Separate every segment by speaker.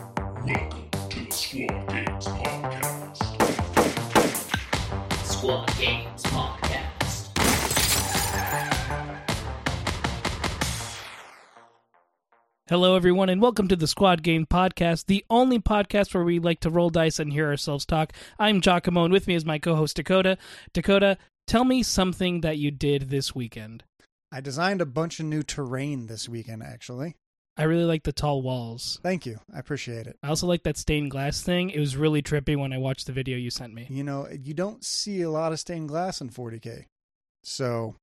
Speaker 1: Welcome to the Squad Games Podcast.
Speaker 2: Squad Games Podcast.
Speaker 3: Hello, everyone, and welcome to the Squad Game Podcast, the only podcast where we like to roll dice and hear ourselves talk. I'm Giacomo, and with me is my co host, Dakota. Dakota, tell me something that you did this weekend.
Speaker 4: I designed a bunch of new terrain this weekend, actually.
Speaker 3: I really like the tall walls.
Speaker 4: Thank you. I appreciate it.
Speaker 3: I also like that stained glass thing. It was really trippy when I watched the video you sent me.
Speaker 4: You know, you don't see a lot of stained glass in 40K. So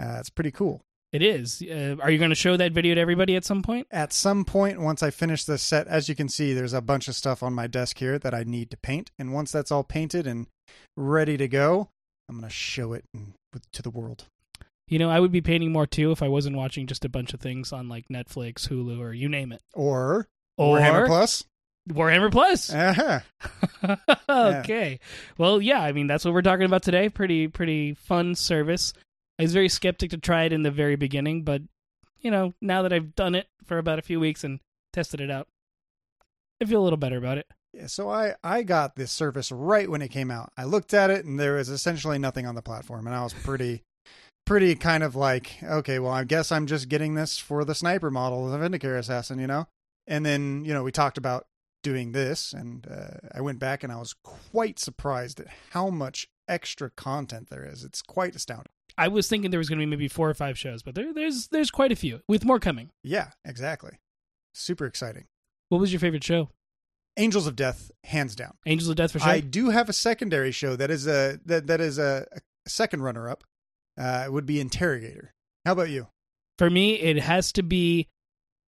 Speaker 4: uh, it's pretty cool.
Speaker 3: It is. Uh, are you going to show that video to everybody at some point?
Speaker 4: At some point, once I finish this set, as you can see, there's a bunch of stuff on my desk here that I need to paint. And once that's all painted and ready to go, I'm going to show it and- with- to the world.
Speaker 3: You know, I would be painting more too if I wasn't watching just a bunch of things on like Netflix, Hulu, or you name it.
Speaker 4: Or,
Speaker 3: Or
Speaker 4: Warhammer Plus.
Speaker 3: Warhammer Plus.
Speaker 4: Uh-huh.
Speaker 3: okay. Well, yeah, I mean that's what we're talking about today. Pretty pretty fun service. I was very skeptic to try it in the very beginning, but you know, now that I've done it for about a few weeks and tested it out, I feel a little better about it.
Speaker 4: Yeah, so I, I got this service right when it came out. I looked at it and there was essentially nothing on the platform and I was pretty pretty kind of like, okay, well I guess I'm just getting this for the sniper model of Indicator Assassin, you know? And then, you know, we talked about doing this and uh, I went back and I was quite surprised at how much extra content there is. It's quite astounding.
Speaker 3: I was thinking there was going to be maybe four or five shows, but there, there's there's quite a few with more coming.
Speaker 4: Yeah, exactly. Super exciting.
Speaker 3: What was your favorite show?
Speaker 4: Angels of Death, hands down.
Speaker 3: Angels of Death for sure.
Speaker 4: I do have a secondary show that is a that that is a, a second runner up. Uh, it would be Interrogator. How about you?
Speaker 3: for me, it has to be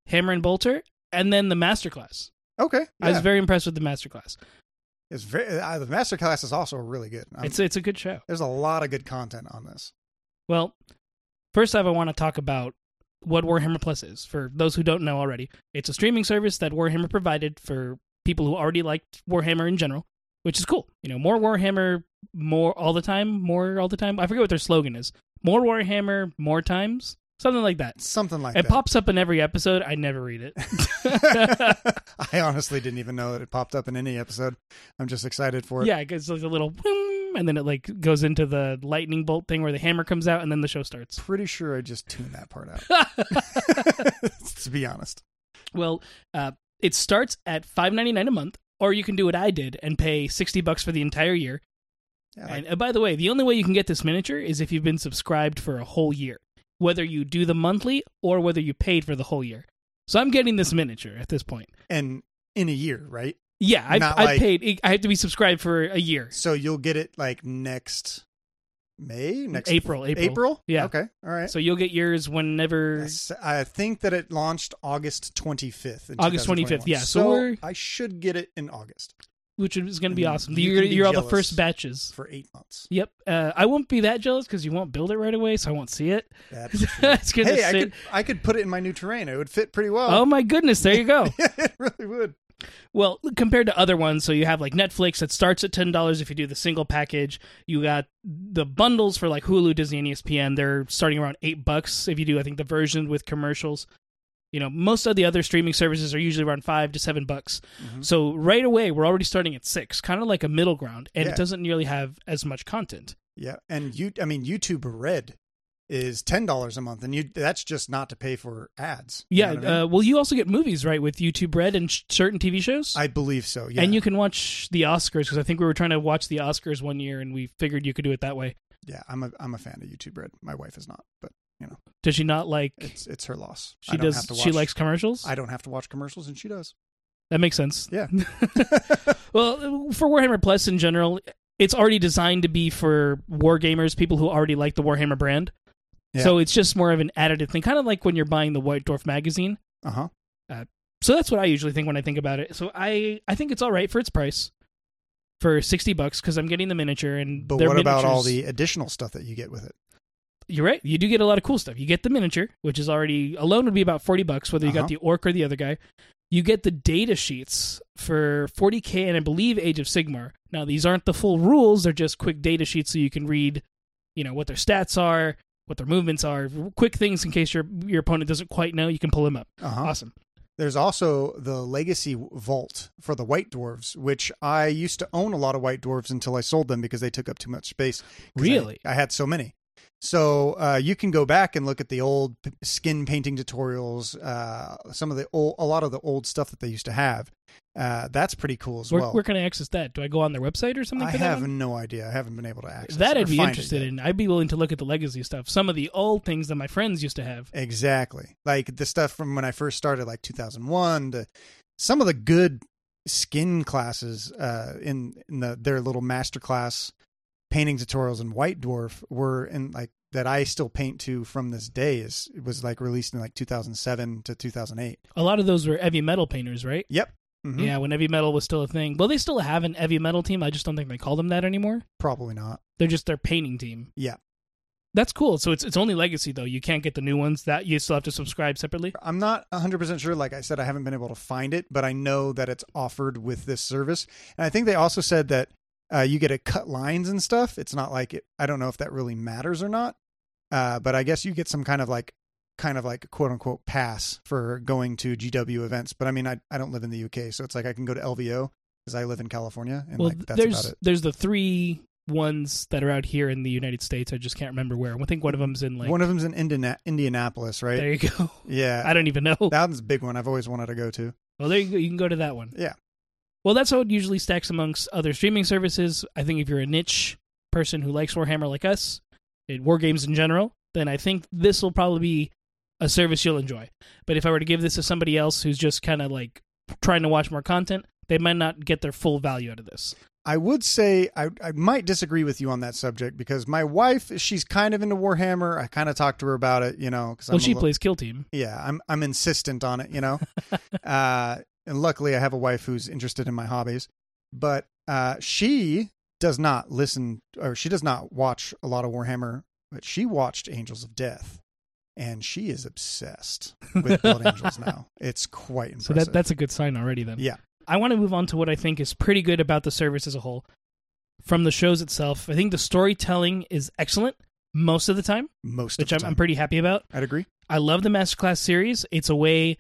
Speaker 3: Hammer and Bolter, and then the Masterclass.
Speaker 4: Okay,
Speaker 3: I
Speaker 4: yeah.
Speaker 3: was very impressed with the Masterclass.
Speaker 4: it's very uh, the masterclass is also really good. I'm-
Speaker 3: It's it's a good show.
Speaker 4: there's a lot of good content on this.
Speaker 3: Well, first off, I want to talk about what Warhammer Plus is. For those who don't know already, it's a streaming service that Warhammer provided for people who already liked Warhammer in general, which is cool. You know, more Warhammer, more all the time, more all the time. I forget what their slogan is. More Warhammer, more times, something like that.
Speaker 4: Something like
Speaker 3: It
Speaker 4: that.
Speaker 3: pops up in every episode. I never read it.
Speaker 4: I honestly didn't even know that it popped up in any episode. I'm just excited for it.
Speaker 3: yeah, it gets like a little, whim, and then it like goes into the lightning bolt thing where the hammer comes out, and then the show starts.
Speaker 4: Pretty sure I just tuned that part out. to be honest,
Speaker 3: Well, uh, it starts at five ninety nine a month, or you can do what I did and pay sixty bucks for the entire year.
Speaker 4: yeah, like-
Speaker 3: And uh, by the way, the only way you can get this miniature is if you've been subscribed for a whole year, whether you do the monthly or whether you paid for the whole year. So I'm getting this miniature at this point.
Speaker 4: and in a year, right?
Speaker 3: Yeah, I,
Speaker 4: Not
Speaker 3: I
Speaker 4: like-
Speaker 3: paid. I have to be subscribed for a year.
Speaker 4: So you'll get it like next May, next
Speaker 3: April, April,
Speaker 4: April?
Speaker 3: Yeah.
Speaker 4: Okay. All right.
Speaker 3: So you'll get yours whenever.
Speaker 4: Yes, I think that it launched August 25th. in
Speaker 3: August 25th,
Speaker 4: 2021.
Speaker 3: yeah, so
Speaker 4: So,
Speaker 3: we're-
Speaker 4: I should get it in August
Speaker 3: which is going to be
Speaker 4: Mm,
Speaker 3: awesome.
Speaker 4: you
Speaker 3: You're,
Speaker 4: can be
Speaker 3: you're all the
Speaker 4: jealous.
Speaker 3: first batches.
Speaker 4: for eight months.
Speaker 3: Yep. Uh, I won't be that jealous because you won't build it right away, so I won't see it.
Speaker 4: That's true.
Speaker 3: it's going to
Speaker 4: hey,
Speaker 3: sit.
Speaker 4: I could I could put it in my new terrain. It would fit pretty well.
Speaker 3: Oh my goodness! There you go.
Speaker 4: it really would.
Speaker 3: well, compared to other ones, so you have like Netflix that starts at ten dollars if you do the single package. You got the bundles for like Hulu, Disney, and E ESPN. They're starting around eight bucks if you do. I think the version with commercials. You know, most of the other streaming services are usually around five to seven bucks.
Speaker 4: Mhm.
Speaker 3: So right away, we're already starting at six, kind of like a middle ground, and
Speaker 4: Yeah.
Speaker 3: it doesn't nearly have as much content.
Speaker 4: Yeah, and you I mean YouTube Red is ten dollars a month, and you that's just not to pay for ads. You
Speaker 3: Yeah.
Speaker 4: know what I, mean?
Speaker 3: uh, well, you also get movies, right, with YouTube Red and sh- certain TV shows?
Speaker 4: I believe so. Yeah,
Speaker 3: And you can watch the Oscars because I think we were trying to watch the Oscars one year and we figured you could do it that way.
Speaker 4: yeah, I'm a I'm a fan of YouTube Red. My wife is not, but
Speaker 3: Does she not like.
Speaker 4: it's it's her loss. I
Speaker 3: she
Speaker 4: don't
Speaker 3: does.
Speaker 4: have to
Speaker 3: She
Speaker 4: watch-
Speaker 3: likes commercials.
Speaker 4: I don't have to watch commercials, and she does.
Speaker 3: that makes sense.
Speaker 4: Yeah.
Speaker 3: Well, for Warhammer Plus in general, it's already designed to be for wargamers, people who already like the Warhammer brand.
Speaker 4: Yeah.
Speaker 3: So it's just more of an additive thing, kind of like when you're buying the White Dwarf magazine.
Speaker 4: Uh huh.
Speaker 3: So that's what I usually think when I think about it. So I I think it's all right for its price, for sixty bucks, because I'm getting the miniature and.
Speaker 4: But
Speaker 3: their
Speaker 4: what about all
Speaker 3: miniatures-
Speaker 4: the additional stuff that you get with it?
Speaker 3: You're right. You do get a lot of cool stuff. You get the miniature, which is already alone would be about forty bucks, whether you got
Speaker 4: Uh-huh.
Speaker 3: the orc or the other guy. You get the data sheets for 40k and I believe Age of Sigmar. Now these aren't the full rules; they're just quick data sheets so you can read, you know, what their stats are, what their movements are, quick things in case your your opponent doesn't quite know. You can pull them up.
Speaker 4: Uh huh.
Speaker 3: Awesome.
Speaker 4: There's also the Legacy Vault for the White Dwarves, which I used to own a lot of White Dwarves until I sold them because they took up too much space. 'Cause I-
Speaker 3: Really?
Speaker 4: I, had so many. So uh, you can go back and look at the old p- skin painting tutorials, uh, some of the old, a lot of the old stuff that they used to have. Uh, that's pretty cool as
Speaker 3: Where,
Speaker 4: well.
Speaker 3: where can I access that? Do I go on their website or something?
Speaker 4: I
Speaker 3: for that
Speaker 4: have
Speaker 3: one?
Speaker 4: no idea. I haven't been able to access
Speaker 3: that
Speaker 4: it or
Speaker 3: I'd be
Speaker 4: find it
Speaker 3: interested
Speaker 4: yet.
Speaker 3: in. I'd be willing to look at the legacy stuff. Some of the old things that my friends used to have.
Speaker 4: Exactly. Like the stuff from when I first started, like 2001, to some of the good skin classes uh, in, in the, their little masterclass painting tutorials in White Dwarf were in like that I still paint to from this day is it was like released in like 2007 to 2008.
Speaker 3: A lot of those were heavy metal painters, right?
Speaker 4: Yep. Mhm.
Speaker 3: Yeah, when heavy metal was still a thing. Well, they still have an heavy metal team. I just don't think they call them that anymore.
Speaker 4: Probably not.
Speaker 3: They're just their painting team.
Speaker 4: Yeah.
Speaker 3: That's cool. So it's it's only legacy though. You can't get the new ones. That you still have to subscribe separately.
Speaker 4: I'm not 100% sure. Like I said, I haven't been able to find it, but I know that it's offered with this service. And I think they also said that uh, you get to cut lines and stuff. It's not like it, I don't know if that really matters or not. Uh, but I guess you get some kind of like, kind of like quote unquote pass for going to GW events. But I mean, I, I don't live in the UK, so it's like I can go to LVO because I live in California, and
Speaker 3: well,
Speaker 4: like that's
Speaker 3: there's
Speaker 4: about it.
Speaker 3: there's the three ones that are out here in the United States. I just can't remember where. I think one of them's in like.
Speaker 4: One of them's in Indiana- Indianapolis, right?
Speaker 3: there you go.
Speaker 4: yeah,
Speaker 3: I don't even know.
Speaker 4: that one's a big one. I've always wanted to go to.
Speaker 3: Well, there you go. You can go to that one.
Speaker 4: Yeah.
Speaker 3: Well, that's how it usually stacks amongst other streaming services. I think if you're a niche person who likes Warhammer like us, and war games in general, then I think this will probably be a service you'll enjoy. But if I were to give this to somebody else who's just kind of like trying to watch more content, they might not get their full value out of this.
Speaker 4: I would say I, I might disagree with you on that subject because my wife, she's kind of into Warhammer. I kind of talked to her about it, you know. Cause
Speaker 3: well,
Speaker 4: I'm
Speaker 3: she
Speaker 4: a li-
Speaker 3: plays Kill Team.
Speaker 4: Yeah, I'm I'm insistent on it, you know. uh, and luckily, I have a wife who's interested in my hobbies, but uh, she does not listen or she does not watch a lot of Warhammer. But she watched Angels of Death, and she is obsessed with Blood Angels now. It's quite impressive.
Speaker 3: So that that's a good sign already then.
Speaker 4: Yeah.
Speaker 3: I want to move on to what I think is pretty good about the service as a whole. From the shows itself, I think the storytelling is excellent most of the time,
Speaker 4: most
Speaker 3: which
Speaker 4: of
Speaker 3: I'm,
Speaker 4: the
Speaker 3: I'm
Speaker 4: time.
Speaker 3: pretty happy about.
Speaker 4: I'd agree.
Speaker 3: I love the masterclass series. It's a way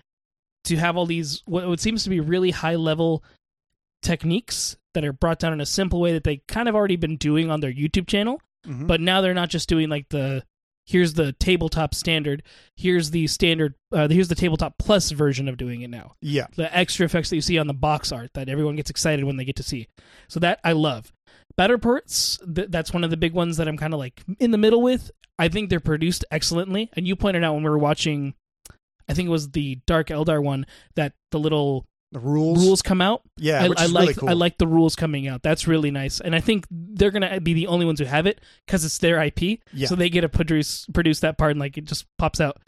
Speaker 3: to have all these what what seems to be really high level techniques that are brought down in a simple way that they kind of already been doing on their YouTube channel,
Speaker 4: Mhm.
Speaker 3: but now they're not just doing like the here's the tabletop standard, here's the standard, uh, here's the tabletop plus version of doing it now
Speaker 4: yeah,
Speaker 3: the extra effects that you see on the box art that everyone gets excited when they get to see. So that I love. Battle reports, th- that's one of the big ones that I'm kind of like in the middle with. I think they're produced excellently. And you pointed out when we were watching, I think it was the Dark Eldar one, that the little
Speaker 4: the rules.
Speaker 3: rules come out.
Speaker 4: Yeah,
Speaker 3: I,
Speaker 4: which
Speaker 3: I
Speaker 4: is
Speaker 3: like
Speaker 4: really cool.
Speaker 3: I like the rules coming out. That's really nice, and I think they're gonna be the only ones who have it because it's their IP.
Speaker 4: Yeah.
Speaker 3: So they get to produce produce that part, and like it just pops out.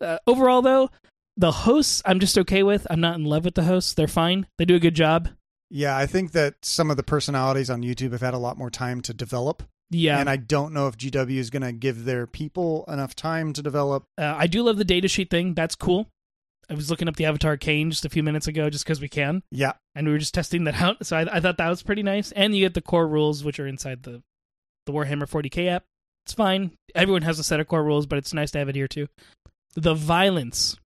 Speaker 3: Uh, overall, though, the hosts I'm just okay with. I'm not in love with the hosts. They're fine. They do a good job.
Speaker 4: Yeah, I think that some of the personalities on YouTube have had a lot more time to develop.
Speaker 3: Yeah,
Speaker 4: And I don't know if GW is going to give their people enough time to develop.
Speaker 3: Uh, I do love the data sheet thing. That's cool. I was looking up the Avatar Kane just a few minutes ago, just because we can,
Speaker 4: Yeah.
Speaker 3: and we were just testing that out. So I, I thought that was pretty nice. And you get the core rules, which are inside the the Warhammer 40k app. It's fine. Everyone has a set of core rules, but it's nice to have it here too. The violence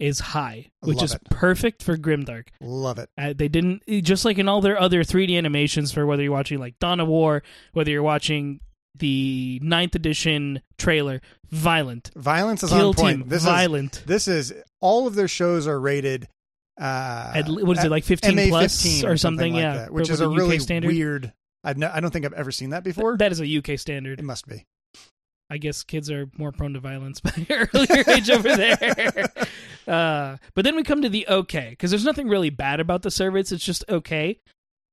Speaker 3: is high,
Speaker 4: I
Speaker 3: which
Speaker 4: love
Speaker 3: is
Speaker 4: it.
Speaker 3: perfect for Grimdark.
Speaker 4: Love it.
Speaker 3: Uh, they didn't just like in all their other 3D animations for whether you're watching like Dawn of War, whether you're watching the ninth edition trailer, violent.
Speaker 4: Violence is
Speaker 3: Kill
Speaker 4: on point.
Speaker 3: team,
Speaker 4: this
Speaker 3: violent.
Speaker 4: is this is all of their shows are rated uh
Speaker 3: at, what is it like 15
Speaker 4: MA-15
Speaker 3: plus or something,
Speaker 4: like
Speaker 3: yeah
Speaker 4: that, which
Speaker 3: for-
Speaker 4: is
Speaker 3: for
Speaker 4: a
Speaker 3: the
Speaker 4: really
Speaker 3: UK standard
Speaker 4: weird I've no, I don't think I've ever seen that before.
Speaker 3: Th- that is a uk
Speaker 4: it
Speaker 3: standard
Speaker 4: must be.
Speaker 3: i guess kids are more prone to violence by earlier age over there uh, but then we come to the okay because there's nothing really bad about the service it's just okay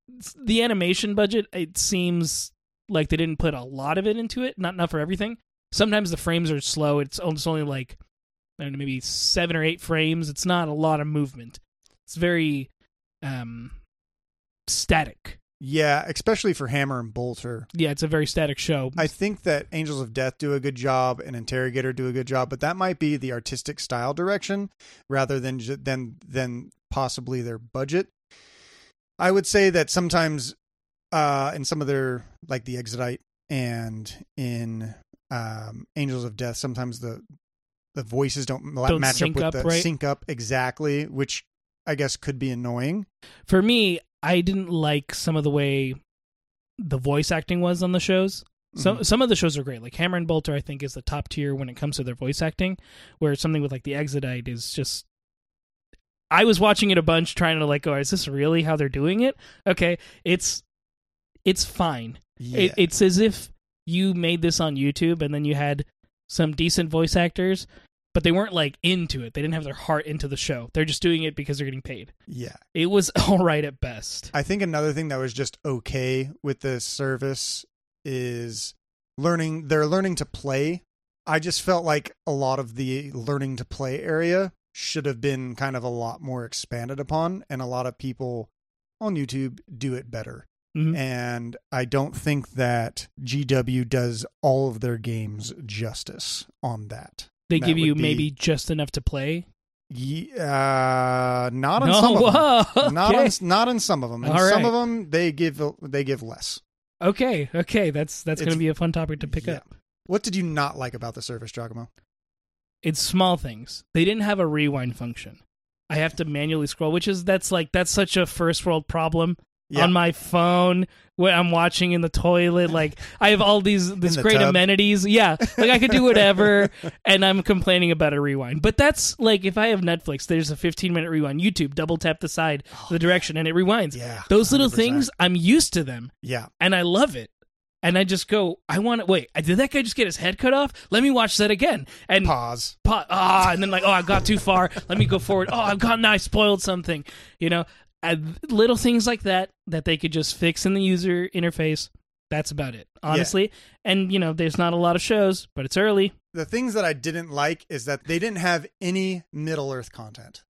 Speaker 3: It's- the animation budget it seems like they didn't put a lot of it into it not enough for everything sometimes the frames are slow it's almost only like I don't know, maybe seven or eight frames it's not a lot of movement it's very um static
Speaker 4: Yeah, especially for Hammer and Bolter.
Speaker 3: yeah, it's a very static show.
Speaker 4: I think that Angels of Death do a good job and Interrogator do a good job, but that might be the artistic style direction rather than ju- than than possibly their budget. I would say that sometimes uh in some of their like the Exodite and in um Angels of Death sometimes the the voices don't, la-
Speaker 3: Don't
Speaker 4: match up
Speaker 3: sync
Speaker 4: with
Speaker 3: up,
Speaker 4: the
Speaker 3: right?
Speaker 4: sync up exactly, which I guess could be annoying.
Speaker 3: For me, I didn't like some of the way the voice acting was on the shows. So some of the shows are great. Like Hammer and Bolter, I think, is the top tier when it comes to their voice acting. Where something with like the Exodite is just. I was watching it a bunch, trying to like, oh, is this really how they're doing it? Okay, it's it's fine.
Speaker 4: yeah.
Speaker 3: It, it's as if you made this on YouTube and then you had some decent voice actors, but they weren't like into it. They didn't have their heart into the show. They're just doing it because they're getting paid.
Speaker 4: yeah.
Speaker 3: It was all right at best.
Speaker 4: I think another thing that was just okay with this service is learning they're learning to play. I just felt like a lot of the learning to play area should have been kind of a lot more expanded upon and a lot of people on YouTube do it better.
Speaker 3: Mhm.
Speaker 4: And I don't think that GW does all of their games justice on that.
Speaker 3: They
Speaker 4: That
Speaker 3: give you
Speaker 4: would be-
Speaker 3: maybe just enough to play.
Speaker 4: Yeah, uh, not on
Speaker 3: no,
Speaker 4: some of them.
Speaker 3: whoa,
Speaker 4: Not
Speaker 3: okay.
Speaker 4: on not on some of them. And
Speaker 3: All
Speaker 4: some
Speaker 3: right.
Speaker 4: of them they give they give less.
Speaker 3: okay, okay. That's that's going
Speaker 4: It's-
Speaker 3: to be a fun topic to pick
Speaker 4: Yeah.
Speaker 3: up.
Speaker 4: What did you not like about the service, Giacomo?
Speaker 3: It's small things. They didn't have a rewind function. I have to manually scroll, which is that's like that's such a first world problem.
Speaker 4: Yeah.
Speaker 3: on my phone what I'm watching in the toilet. Like I have all these this
Speaker 4: the
Speaker 3: great
Speaker 4: tub.
Speaker 3: amenities. Yeah, like I could do whatever, and I'm complaining about a rewind. But that's like if I have Netflix, there's a 15 minute rewind. YouTube, double tap the side, the direction, and it rewinds.
Speaker 4: Oh, yeah.
Speaker 3: Those little
Speaker 4: 100%.
Speaker 3: things, I'm used to them,
Speaker 4: Yeah.
Speaker 3: and I love it. And I just go, I want to wait. Did that guy just get his head cut off? Let me watch that again. And
Speaker 4: Pause.
Speaker 3: pot. Ah, and then like, oh, I got too far. Let me go forward. Oh, I've gotten, I spoiled something. You know, uh, little things like that that they could just fix in the user interface. That's about it, honestly. And you know, there's not a lot of shows, but it's early.
Speaker 4: The things that I didn't like is that they didn't have any Middle Earth content.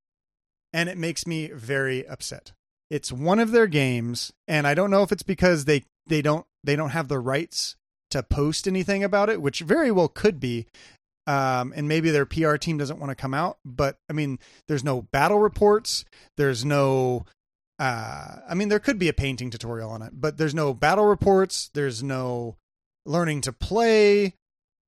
Speaker 4: And it makes me very upset. It's one of their games, and I don't know if it's because they, they don't they don't have the rights to post anything about it, which very well could be. Um, and maybe their PR team doesn't want to come out, but I mean, there's no battle reports, there's no uh, I mean, there could be a painting tutorial on it, but there's no battle reports. There's no learning to play.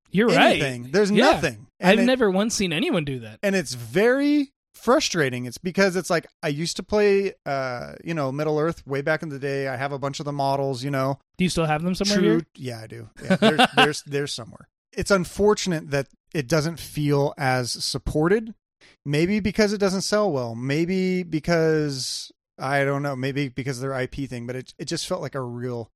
Speaker 3: You're
Speaker 4: anything.
Speaker 3: right.
Speaker 4: There's
Speaker 3: Yeah.
Speaker 4: nothing. And
Speaker 3: I've
Speaker 4: it-
Speaker 3: never once seen anyone do that.
Speaker 4: And it's very frustrating. It's because it's like I used to play, uh, you know, Middle Earth way back in the day. I have a bunch of the models, you know.
Speaker 3: Do you still have them somewhere?
Speaker 4: True.
Speaker 3: Here?
Speaker 4: Yeah, I do. Yeah, they're, they're, they're somewhere. It's unfortunate that it doesn't feel as supported. Maybe because it doesn't sell well. Maybe because I don't know. Maybe because of their IP thing. But it it just felt like a real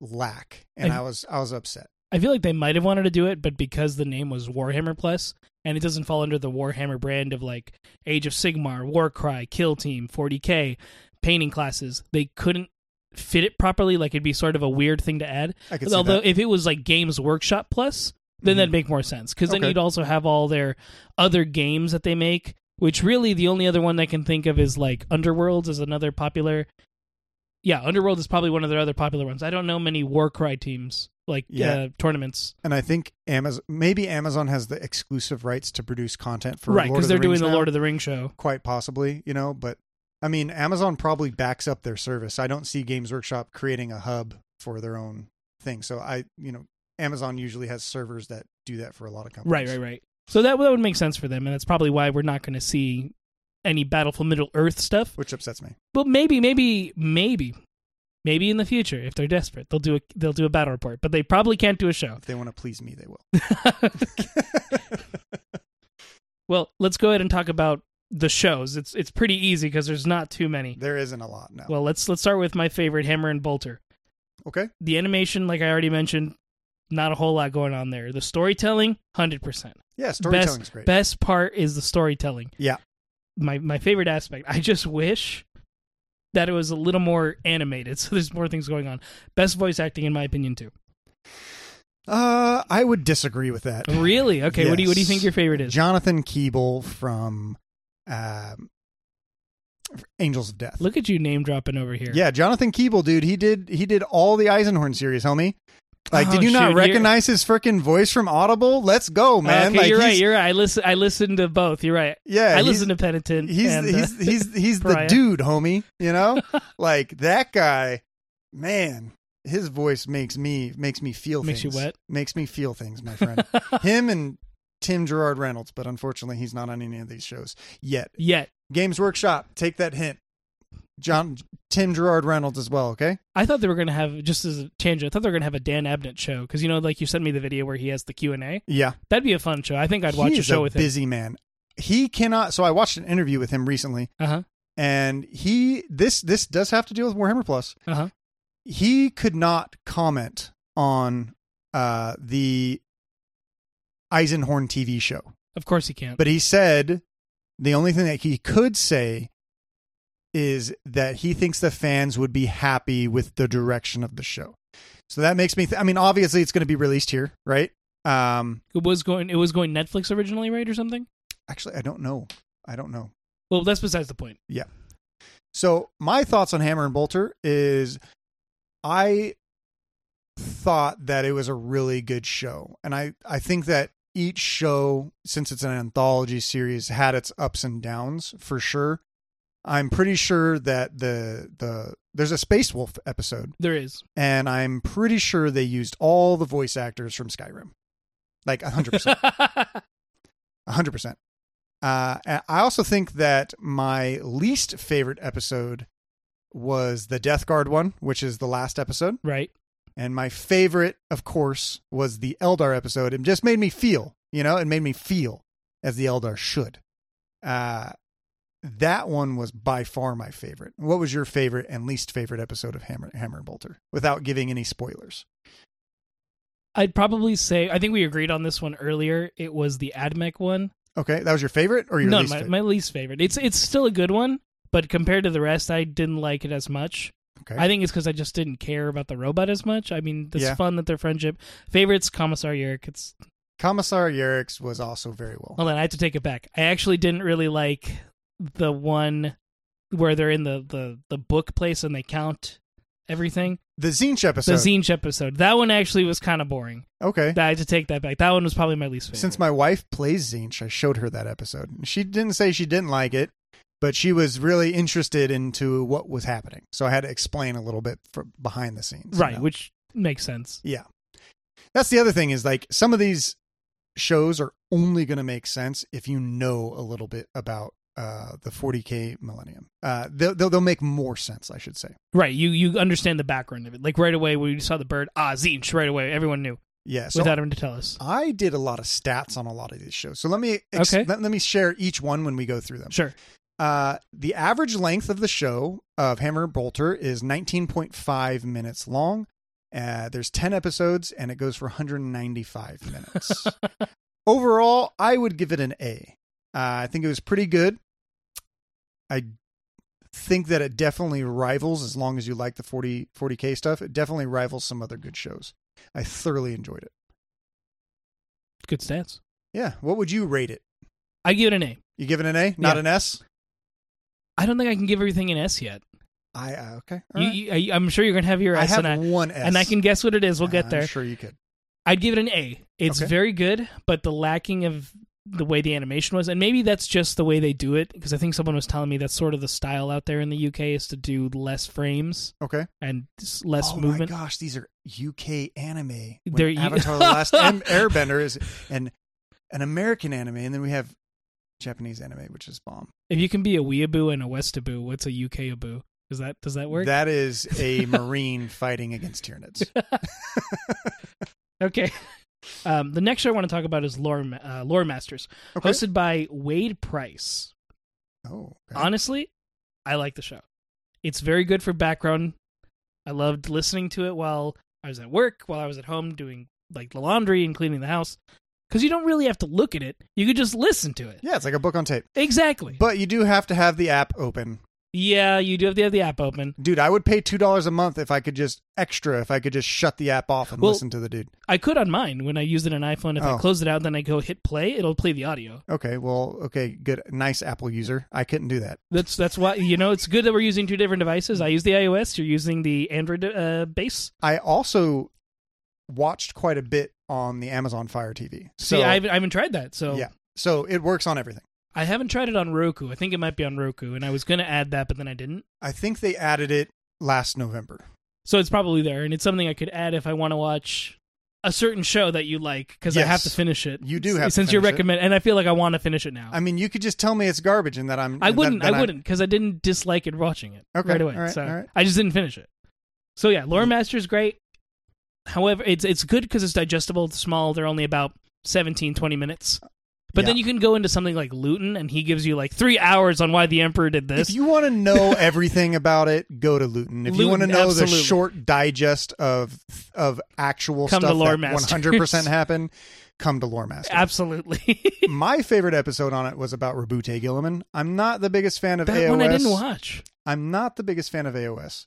Speaker 4: lack, and
Speaker 3: I-
Speaker 4: I was I was upset.
Speaker 3: I feel like they might have wanted to do it, but because the name was Warhammer Plus and it doesn't fall under the Warhammer brand of like Age of Sigmar, Warcry, Kill Team, 40K, painting classes, they couldn't fit it properly. Like it'd be sort of a weird thing to add.
Speaker 4: I could see
Speaker 3: Although
Speaker 4: that.
Speaker 3: if it was like Games Workshop Plus, then
Speaker 4: Mhm.
Speaker 3: that'd make more sense because then
Speaker 4: Okay.
Speaker 3: you'd also have all their other games that they make. Which really the only other one I can think of is like Underworlds is another popular. Yeah, Underworld is probably one of their other popular ones. I don't know many Warcry teams like
Speaker 4: Yeah.
Speaker 3: uh, tournaments
Speaker 4: And I think Amazon maybe Amazon has the exclusive rights to produce content for
Speaker 3: right
Speaker 4: Lord
Speaker 3: because
Speaker 4: of
Speaker 3: they're doing
Speaker 4: Rings
Speaker 3: the
Speaker 4: now.
Speaker 3: Lord of the Ring show.
Speaker 4: quite possibly, you know, but I mean, Amazon probably backs up their service. I don't see Games Workshop creating a hub for their own thing. So I, you know, Amazon usually has servers that do that for a lot of companies.
Speaker 3: Right, right, right. So that that would make sense for them, and that's probably why we're not going to see any Battle for Middle Earth stuff.
Speaker 4: Which upsets me.
Speaker 3: But maybe, maybe, maybe, maybe in the future, if they're desperate, they'll do a they'll do a battle report. But they probably can't do a show.
Speaker 4: If they want to please me, they will.
Speaker 3: well, let's go ahead and talk about the shows. It's it's pretty easy because there's not too many.
Speaker 4: there isn't a lot now.
Speaker 3: Well, let's let's start with my favorite, Hammer and Bolter.
Speaker 4: okay.
Speaker 3: The animation, like I already mentioned, not a whole lot going on there. The storytelling, hundred percent.
Speaker 4: Yeah, storytelling's great.
Speaker 3: Best part is the storytelling.
Speaker 4: Yeah.
Speaker 3: My my favorite aspect. I just wish that it was a little more animated, so there's more things going on. Best voice acting, in my opinion, too.
Speaker 4: Uh, I would disagree with that.
Speaker 3: Really? Okay. What do you What do you
Speaker 4: Yes.
Speaker 3: think your favorite is?
Speaker 4: Jonathan Keeble from um, Angels of Death.
Speaker 3: Look at you name dropping over here.
Speaker 4: Yeah, Jonathan Keeble, dude, he did he did all the Eisenhorn series, homie. Like,
Speaker 3: Oh,
Speaker 4: did you
Speaker 3: shoot,
Speaker 4: not
Speaker 3: you're-
Speaker 4: recognize his freaking voice from Audible? Let's go, man!
Speaker 3: okay,
Speaker 4: like,
Speaker 3: you're right.
Speaker 4: he's-
Speaker 3: You're right. I listen. I listened to both. You're right.
Speaker 4: yeah,
Speaker 3: I listened to Penitent.
Speaker 4: He's
Speaker 3: and, uh,
Speaker 4: he's, he's he's he's the
Speaker 3: Pariah.
Speaker 4: dude, homie. You know, like that guy, man. His voice makes me makes me feel
Speaker 3: Makes you
Speaker 4: things.
Speaker 3: wet?
Speaker 4: Makes me feel things, my friend. Him and Tim Gerard Reynolds, but unfortunately he's not on any of these shows yet.
Speaker 3: Yet
Speaker 4: Games Workshop, take that hint. John Tim Gerard Reynolds as well, okay?
Speaker 3: I thought they were going to have just as a tangent. I thought they were going to have a Dan Abnett show because you know, like you sent me the video where he has the Q and A.
Speaker 4: Yeah.
Speaker 3: That'd be a fun show. I think I'd watch
Speaker 4: He
Speaker 3: a
Speaker 4: is
Speaker 3: show with him.
Speaker 4: busy man. He cannot so I watched an interview with him recently
Speaker 3: Uh huh.
Speaker 4: and he this this does have to deal with Warhammer Plus.
Speaker 3: Uh huh.
Speaker 4: he could not comment on uh, the Eisenhorn TV show,
Speaker 3: Of course he can't.
Speaker 4: but he said the only thing that he could say is that he thinks the fans would be happy with the direction of the show. So that makes me. Th- I mean, obviously, it's going to be released here, right? Um,
Speaker 3: it was going. It was going Netflix originally, right, or something?
Speaker 4: actually, I don't know. I don't know.
Speaker 3: Well, that's besides the point.
Speaker 4: So my thoughts on Hammer and Bolter is I thought that it was a really good show. And I, I think that each show, since it's an anthology series, had its ups and downs for sure. I'm pretty sure that the the there's a Space Wolf episode,
Speaker 3: There is.
Speaker 4: and I'm pretty sure they used all the voice actors from Skyrim. Like hundred percent. hundred percent. Uh, and I also think that my least favorite episode was the Death Guard one, which is the last episode,
Speaker 3: right.
Speaker 4: and my favorite, of course, was the Eldar episode. It just made me feel, you know, it made me feel as the Eldar should. Uh, that one was by far my favorite. What was your favorite and least favorite episode of Hammer Hammer and Bolter? Without giving any spoilers,
Speaker 3: I'd probably say. I think we agreed on this one earlier. It was the Admech one.
Speaker 4: okay, that was your favorite or your
Speaker 3: no,
Speaker 4: least
Speaker 3: my,
Speaker 4: favorite?
Speaker 3: my least favorite. It's it's still a good one, but compared to the rest, I didn't like it as much.
Speaker 4: okay,
Speaker 3: I think it's because I just didn't care about the robot as much. I mean, it's
Speaker 4: Yeah.
Speaker 3: fun that their friendship favorites Commissar Yurik. It's
Speaker 4: Commissar Yurik's was also very well.
Speaker 3: Hold on, I have to take it back. I actually didn't really like the one where they're in the the, the book place and they count everything.
Speaker 4: The Zinch episode.
Speaker 3: The Zinch episode. That one actually was kind of boring.
Speaker 4: Okay.
Speaker 3: I had to take that back. That one was probably my least favorite.
Speaker 4: Since my wife plays Zinch, I showed her that episode. She didn't say she didn't like it, but she was really interested into what was happening. So I had to explain a little bit for behind the scenes.
Speaker 3: right,
Speaker 4: you know?
Speaker 3: which makes sense.
Speaker 4: yeah. That's the other thing is like some of these shows are only going to make sense if you know a little bit about uh, the 40K Millennium. Uh, they'll, they'll, they'll make more sense, I should say.
Speaker 3: Right, you you understand the background of it. Like right away when you saw the bird, ah Zinch right away. Everyone knew
Speaker 4: Yeah. So
Speaker 3: without him to tell us.
Speaker 4: I did a lot of stats on a lot of these shows. So let me ex-
Speaker 3: Okay.
Speaker 4: let, let me share each one when we go through them.
Speaker 3: Sure.
Speaker 4: Uh, the average length of the show of Hammer and Bolter is 19.5 minutes long. Uh, there's 10 episodes and it goes for 195 minutes. Overall, I would give it an A. Uh, I think it was pretty good. I think that it definitely rivals, as long as you like the 40, 40K stuff, it definitely rivals some other good shows. I thoroughly enjoyed it.
Speaker 3: Good stats.
Speaker 4: Yeah. What would you rate it?
Speaker 3: I give it an A.
Speaker 4: You give it an A, not
Speaker 3: Yeah.
Speaker 4: an S?
Speaker 3: I don't think I can give everything an S yet.
Speaker 4: I, uh, okay. all
Speaker 3: You,
Speaker 4: right.
Speaker 3: you, I, I'm sure you're gonna have your
Speaker 4: I
Speaker 3: S
Speaker 4: have
Speaker 3: and I,
Speaker 4: one S. Uh,
Speaker 3: and I can guess what it is. We'll get
Speaker 4: I'm
Speaker 3: there.
Speaker 4: sure you could.
Speaker 3: I'd give it an A. It's
Speaker 4: Okay.
Speaker 3: very good, but the lacking of the way the animation was, and maybe that's just the way they do it, because I think someone was telling me that's sort of the style out there in the UK is to do less frames
Speaker 4: Okay.
Speaker 3: and s- less
Speaker 4: oh
Speaker 3: movement.
Speaker 4: my gosh, these are UK anime. When
Speaker 3: They're U-
Speaker 4: Avatar: The Last Air- Airbender is an an American anime, and then we have Japanese anime, which is bomb.
Speaker 3: If you can be a weeaboo and a westaboo, what's a UK aboo? Does that does that work?
Speaker 4: That is a marine fighting against Tyranids.
Speaker 3: okay. Um, the next show I want to talk about is Lore, Ma- uh, Lore Masters,
Speaker 4: Okay.
Speaker 3: hosted by Wade Price.
Speaker 4: Oh, okay.
Speaker 3: honestly, I like the show. It's very good for background. I loved listening to it while I was at work, while I was at home doing like the laundry and cleaning the house. Because you don't really have to look at it; you could just listen to it.
Speaker 4: yeah, it's like a book on tape,
Speaker 3: Exactly.
Speaker 4: but you do have to have the app open.
Speaker 3: yeah, you do have to have the app open.
Speaker 4: Dude, I would pay two dollars a month if I could just extra if I could just shut the app off and
Speaker 3: Well-
Speaker 4: listen to the dude.
Speaker 3: I could on mine when I used it on iPhone. If
Speaker 4: Oh.
Speaker 3: I close it out, then I go hit play, it'll play the audio.
Speaker 4: Okay, well, okay, good, nice Apple user. I couldn't do that.
Speaker 3: That's that's why you know it's good that we're using two different devices. I use the iOS, you're using the Android uh, base.
Speaker 4: I also watched quite a bit on the Amazon Fire TV. So
Speaker 3: See, I haven't, I haven't tried that, so
Speaker 4: yeah, so it works on everything.
Speaker 3: I haven't tried it on Roku. I think it might be on Roku, and I was going to add that, but then I didn't.
Speaker 4: I think they added it last November.
Speaker 3: So it's probably there, and it's something I could add if I want to watch a certain show that you like because I have
Speaker 4: Yes.
Speaker 3: to finish it.
Speaker 4: You do have to
Speaker 3: since you're
Speaker 4: finish it.
Speaker 3: recommend, and I feel like I want to finish it now.
Speaker 4: I mean, you could just tell me it's garbage and that I'm.
Speaker 3: I
Speaker 4: that-
Speaker 3: wouldn't.
Speaker 4: that
Speaker 3: I wouldn't because I didn't dislike it watching it
Speaker 4: Okay,
Speaker 3: right away.
Speaker 4: all right,
Speaker 3: so
Speaker 4: all right. Mm.
Speaker 3: I just didn't finish it. So yeah, Lore Master's great. However, it's it's good because it's digestible. It's small. They're only about 17, 20 minutes. But then
Speaker 4: Yeah.
Speaker 3: you can go into something like Luton, and he gives you like three hours on why the Emperor did this.
Speaker 4: If you want to know everything about it, go to Luton. If you want to
Speaker 3: Luton,
Speaker 4: know
Speaker 3: absolutely.
Speaker 4: the short digest of of actual
Speaker 3: Come to
Speaker 4: stuff
Speaker 3: Lore
Speaker 4: that
Speaker 3: Masters.
Speaker 4: 100% happened, come to Lore Master.
Speaker 3: Absolutely,
Speaker 4: My favorite episode on it was about Rabute Gilliman. I'm not the biggest fan of
Speaker 3: that
Speaker 4: AOS.
Speaker 3: one I didn't watch.
Speaker 4: am not the biggest fan of AOS.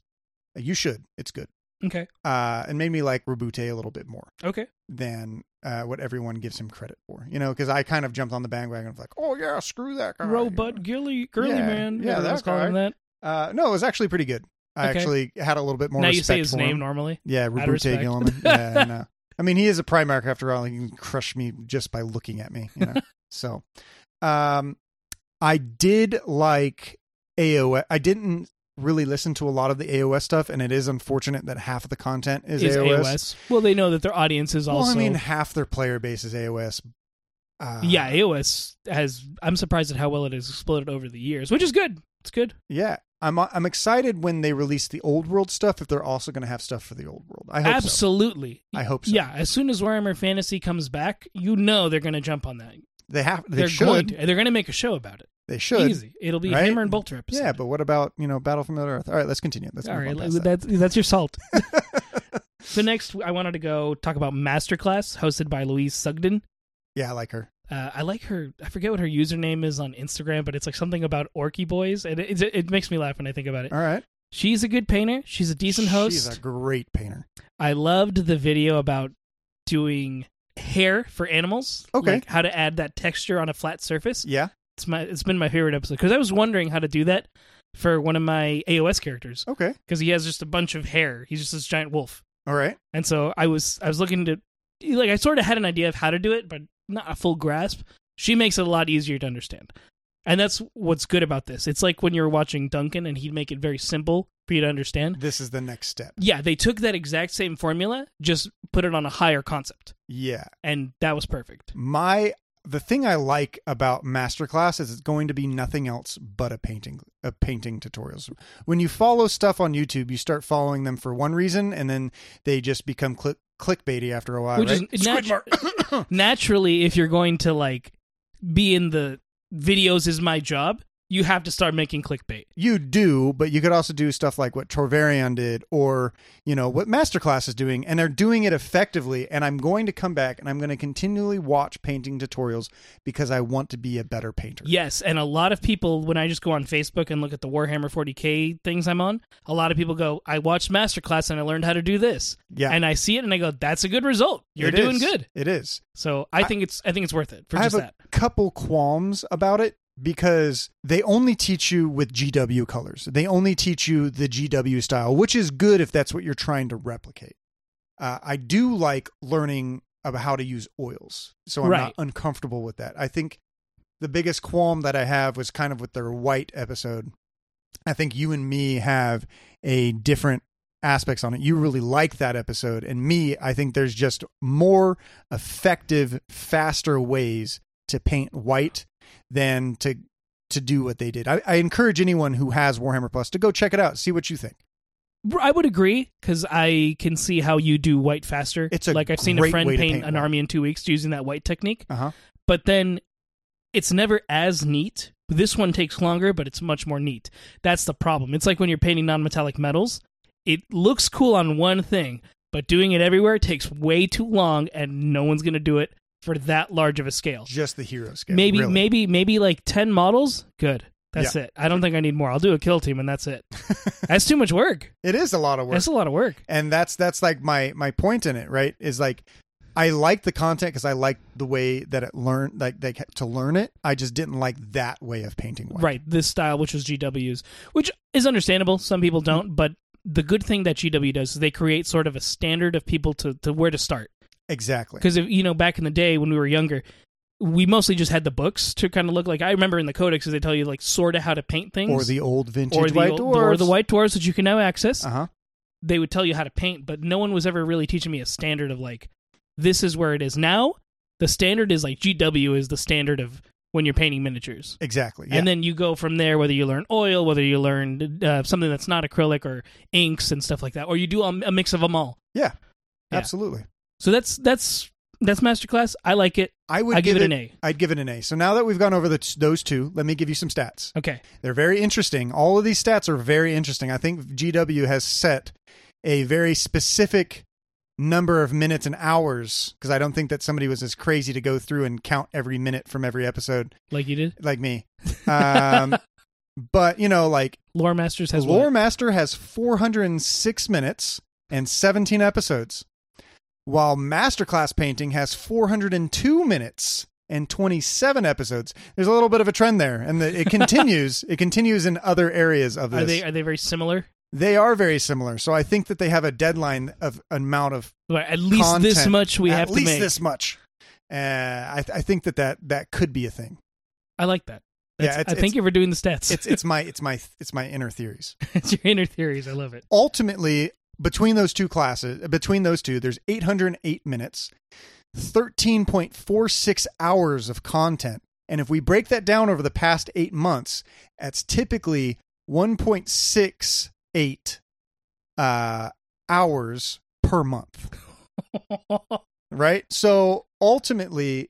Speaker 4: You should. It's good.
Speaker 3: Okay,
Speaker 4: Uh, it made me like Rabute a little bit more
Speaker 3: okay,
Speaker 4: than uh, what everyone gives him credit for. You know, because I kind of jumped on the bandwagon of like, oh yeah, screw that guy.
Speaker 3: Robot Gilly, Girly
Speaker 4: Yeah,
Speaker 3: Man,
Speaker 4: yeah,
Speaker 3: whatever
Speaker 4: that
Speaker 3: else called him
Speaker 4: guy.
Speaker 3: that.
Speaker 4: Uh, no, it was actually pretty good. I
Speaker 3: Okay.
Speaker 4: actually had a little bit more.
Speaker 3: now
Speaker 4: respect
Speaker 3: you say his
Speaker 4: for
Speaker 3: name
Speaker 4: Him.
Speaker 3: normally.
Speaker 4: Yeah,
Speaker 3: respect.
Speaker 4: Rabute Gilliman. yeah, no. I mean, he is a Primarch after all. He can crush me just by looking at me. You know. so, um, I did like AOS. I didn't really listen to a lot of the AOS stuff, and it is unfortunate that half of the content is,
Speaker 3: Is AOS. Well, they know that their audience is also.
Speaker 4: Well, I mean, half their player base is AOS. Uh,
Speaker 3: yeah, AOS has. I'm surprised at how well it has exploded over the years, which is good. It's good.
Speaker 4: yeah. I'm I'm excited when they release the old world stuff. If they're also going to have stuff for the old world, I hope so.
Speaker 3: Absolutely.
Speaker 4: I hope so.
Speaker 3: Yeah, as soon as Warhammer Fantasy comes back, you know they're going to jump on that.
Speaker 4: They have. They
Speaker 3: are
Speaker 4: should.
Speaker 3: going to. They're going to make a show about it.
Speaker 4: They should.
Speaker 3: Easy. It'll be
Speaker 4: right?
Speaker 3: Hammer and Bolter episode.
Speaker 4: Yeah, but what about you know Battle from Middle Earth? All right, let's continue. Let's
Speaker 3: all
Speaker 4: move
Speaker 3: right,
Speaker 4: on past that.
Speaker 3: that's that's your salt. so next, I wanted to go talk about Masterclass, hosted by Louise Sugden.
Speaker 4: Yeah, I like her.
Speaker 3: Uh, I like her. I forget what her username is on Instagram, but it's like something about Orky Boys, and it, it, it makes me laugh when I think about it.
Speaker 4: All right,
Speaker 3: She's a good painter. She's a decent host.
Speaker 4: Uh, She's a great painter.
Speaker 3: I loved the video about doing hair for animals.
Speaker 4: Okay.
Speaker 3: Like how to add that texture on a flat surface.
Speaker 4: Yeah.
Speaker 3: It's my it's been my favorite episode because I was wondering how to do that for one of my AOS characters
Speaker 4: Okay.
Speaker 3: because he has just a bunch of hair. He's just this giant wolf.
Speaker 4: All right.
Speaker 3: And so I was I was looking to like I sort of had an idea of how to do it, but not a full grasp. She makes it a lot easier to understand. And that's what's good about this. It's like when you're watching Duncan and he'd make it very simple for you to understand.
Speaker 4: This is the next step.
Speaker 3: Yeah, they took that exact same formula, just put it on a higher concept,
Speaker 4: Yeah.
Speaker 3: and that was perfect.
Speaker 4: My the thing I like about Masterclass is it's going to be nothing else but a painting a painting tutorials. When you follow stuff on YouTube, you start following them for one reason, and then they just become click clickbaity after a while.
Speaker 3: Which
Speaker 4: right?
Speaker 3: is
Speaker 4: Squid
Speaker 3: natu-
Speaker 4: mark.
Speaker 3: Naturally, if you're going to like be in the videos is my job, you have to start making clickbait.
Speaker 4: you do, but you could also do stuff like what Torvarian did or, you know, what Masterclass is doing, and they're doing it effectively. And I'm going to come back and I'm going to continually watch painting tutorials because I want to be a better painter.
Speaker 3: Yes, and a lot of people when I just go on Facebook and look at the Warhammer 40K things I'm on, a lot of people go, "I watched masterclass and I learned how to do this."
Speaker 4: Yeah.
Speaker 3: And I see it and I go, "That's a good result. You're
Speaker 4: It
Speaker 3: doing
Speaker 4: is.
Speaker 3: good."
Speaker 4: It is.
Speaker 3: So, I, think it's I think it's worth it for
Speaker 4: I have
Speaker 3: just
Speaker 4: a
Speaker 3: that.
Speaker 4: couple qualms about it because they only teach you with GW colors. They only teach you the GW style, which is good if that's what you're trying to replicate. Uh, I do like learning about how to use oils, so I'm
Speaker 3: Right.
Speaker 4: not uncomfortable with that. I think the biggest qualm that I have was kind of with their white episode. I think you and me have a different aspects on it. You really like that episode. And me, I think there's just more effective, faster ways to paint white than to to do what they did. I, I encourage anyone who has Warhammer Plus to go check it out, see what you think.
Speaker 3: I would agree because I can see how you do white faster.
Speaker 4: It's a
Speaker 3: like I've seen a
Speaker 4: great
Speaker 3: friend
Speaker 4: way to
Speaker 3: paint,
Speaker 4: paint
Speaker 3: an
Speaker 4: white.
Speaker 3: army in two weeks using that white technique,
Speaker 4: Uh-huh.
Speaker 3: but then it's never as neat. This one takes longer, but it's much more neat. That's the problem. It's like when you're painting non-metallic metals; it looks cool on one thing, but doing it everywhere takes way too long, and no one's gonna do it for that large of a scale.
Speaker 4: Just the hero scale.
Speaker 3: maybe,
Speaker 4: really.
Speaker 3: maybe, maybe like ten models. Good. That's it. I don't think I need more. I'll do a kill team, and that's it. That's too much work.
Speaker 4: it is a lot of work.
Speaker 3: That's a lot of work.
Speaker 4: and that's that's like my my point in it right is like i like the content because i like the way that it learned like they to learn it i just didn't like that way of painting white.
Speaker 3: Right, this style, which was GW's, which is understandable. Some
Speaker 4: Mm-hmm.
Speaker 3: people don't, but the good thing that GW does is they create sort of a standard of people to, to where to start.
Speaker 4: exactly
Speaker 3: Because, you know, back in the day when we were younger, we mostly just had the books to kind of look like. I remember in the codexes, they tell you, like, sort of how to paint things.
Speaker 4: or the old vintage
Speaker 3: or the,
Speaker 4: white
Speaker 3: old-
Speaker 4: dwarves.
Speaker 3: or the white dwarves that you can now access.
Speaker 4: uh-huh
Speaker 3: They would tell you how to paint, but no one was ever really teaching me a standard of, like, this is where it is now. The standard is like GW is the standard of when you're painting miniatures.
Speaker 4: Exactly. Yeah.
Speaker 3: And then you go from there, whether you learn oil, whether you learn uh, something that's not acrylic or inks and stuff like that, or you do a, a mix of them all. yeah.
Speaker 4: Absolutely.
Speaker 3: So that's that's that's masterclass. I like it.
Speaker 4: I would
Speaker 3: I
Speaker 4: give,
Speaker 3: give it, an A.
Speaker 4: I'd give it an A. So now that we've gone over the, those two, let me give you some stats.
Speaker 3: Okay.
Speaker 4: They're very interesting. All of these stats are very interesting. I think GW has set a very specific number of minutes and hours because I don't think that somebody was as crazy to go through and count every minute from every episode
Speaker 3: Like you did.
Speaker 4: like me. Um, but, you know, like
Speaker 3: Lore Masters has
Speaker 4: Lore
Speaker 3: what?
Speaker 4: Master has 406 minutes and 17 episodes, while Masterclass Painting has 402 minutes and 27 episodes. There's a little bit of a trend there, and the, it continues. it continues in other areas of this.
Speaker 3: Are they are they very similar?
Speaker 4: They are very similar, so I think that they have a deadline of amount of
Speaker 3: Like, at least this
Speaker 4: Content.
Speaker 3: much we
Speaker 4: at
Speaker 3: have to
Speaker 4: least
Speaker 3: make.
Speaker 4: this much. Uh, I, I think that, that that could be a thing.
Speaker 3: I like that.
Speaker 4: Yeah,
Speaker 3: That's-
Speaker 4: it's-
Speaker 3: I think you were doing the stats.
Speaker 4: It's it's my it's my it's my inner theories.
Speaker 3: it's your inner theories. I love it.
Speaker 4: ultimately between those two classes between those two there's 808 minutes 13.46 hours of content and if we break that down over the past 8 months that's typically 1.68 uh, hours per month right so ultimately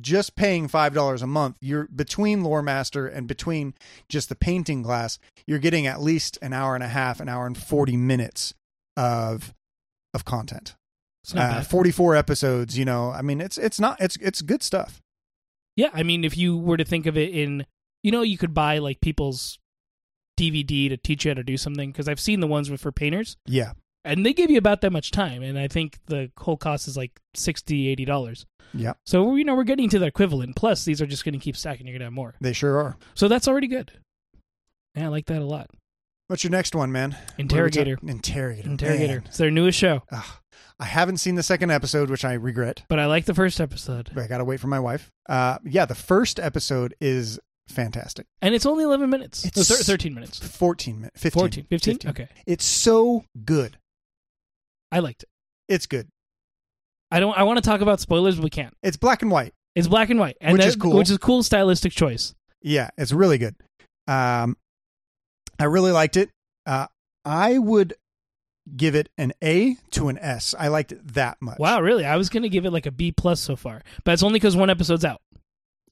Speaker 4: just paying $5 a month you're between lore master and between just the painting class you're getting at least an hour and a half, an hour and 40 minutes of of content.
Speaker 3: it's not
Speaker 4: Uh,
Speaker 3: bad.
Speaker 4: 44 episodes, you know. I mean, it's it's not it's it's good stuff.
Speaker 3: Yeah, I mean, if you were to think of it in, you know, you could buy like people's DVD to teach you how to do something because I've seen the ones with for painters,
Speaker 4: Yeah.
Speaker 3: and they give you about that much time, and I think the whole cost is like 60 80 dollars.
Speaker 4: Yeah.
Speaker 3: So you know, we're getting to the equivalent. Plus, these are just going to keep stacking. You're going to have more.
Speaker 4: They sure are.
Speaker 3: So that's already good. Yeah, I like that a lot.
Speaker 4: What's your next one, man?
Speaker 3: Interrogator.
Speaker 4: What are we ta- Interrogator.
Speaker 3: Interrogator.
Speaker 4: man.
Speaker 3: It's their newest show,
Speaker 4: Ugh. I haven't seen the second episode, which I regret.
Speaker 3: but I like the first episode,
Speaker 4: But I got to wait for my wife. Uh yeah, the first episode is fantastic.
Speaker 3: and it's only 11 minutes. No,
Speaker 4: It's-
Speaker 3: thir- 13 minutes.
Speaker 4: 14 minutes. 15.
Speaker 3: 14, 15? Okay,
Speaker 4: It's so good.
Speaker 3: I liked it.
Speaker 4: It's good.
Speaker 3: I don't. I want to talk about spoilers, but we can't.
Speaker 4: It's black and white.
Speaker 3: It's black and white, and
Speaker 4: Which
Speaker 3: that-
Speaker 4: is cool.
Speaker 3: Which is cool stylistic choice.
Speaker 4: Yeah, it's really good. Um, I really liked it. Uh, I would give it an A to an S. I liked it that much.
Speaker 3: Wow, really? I was gonna give it like a B plus so far, but it's only because one episode's out.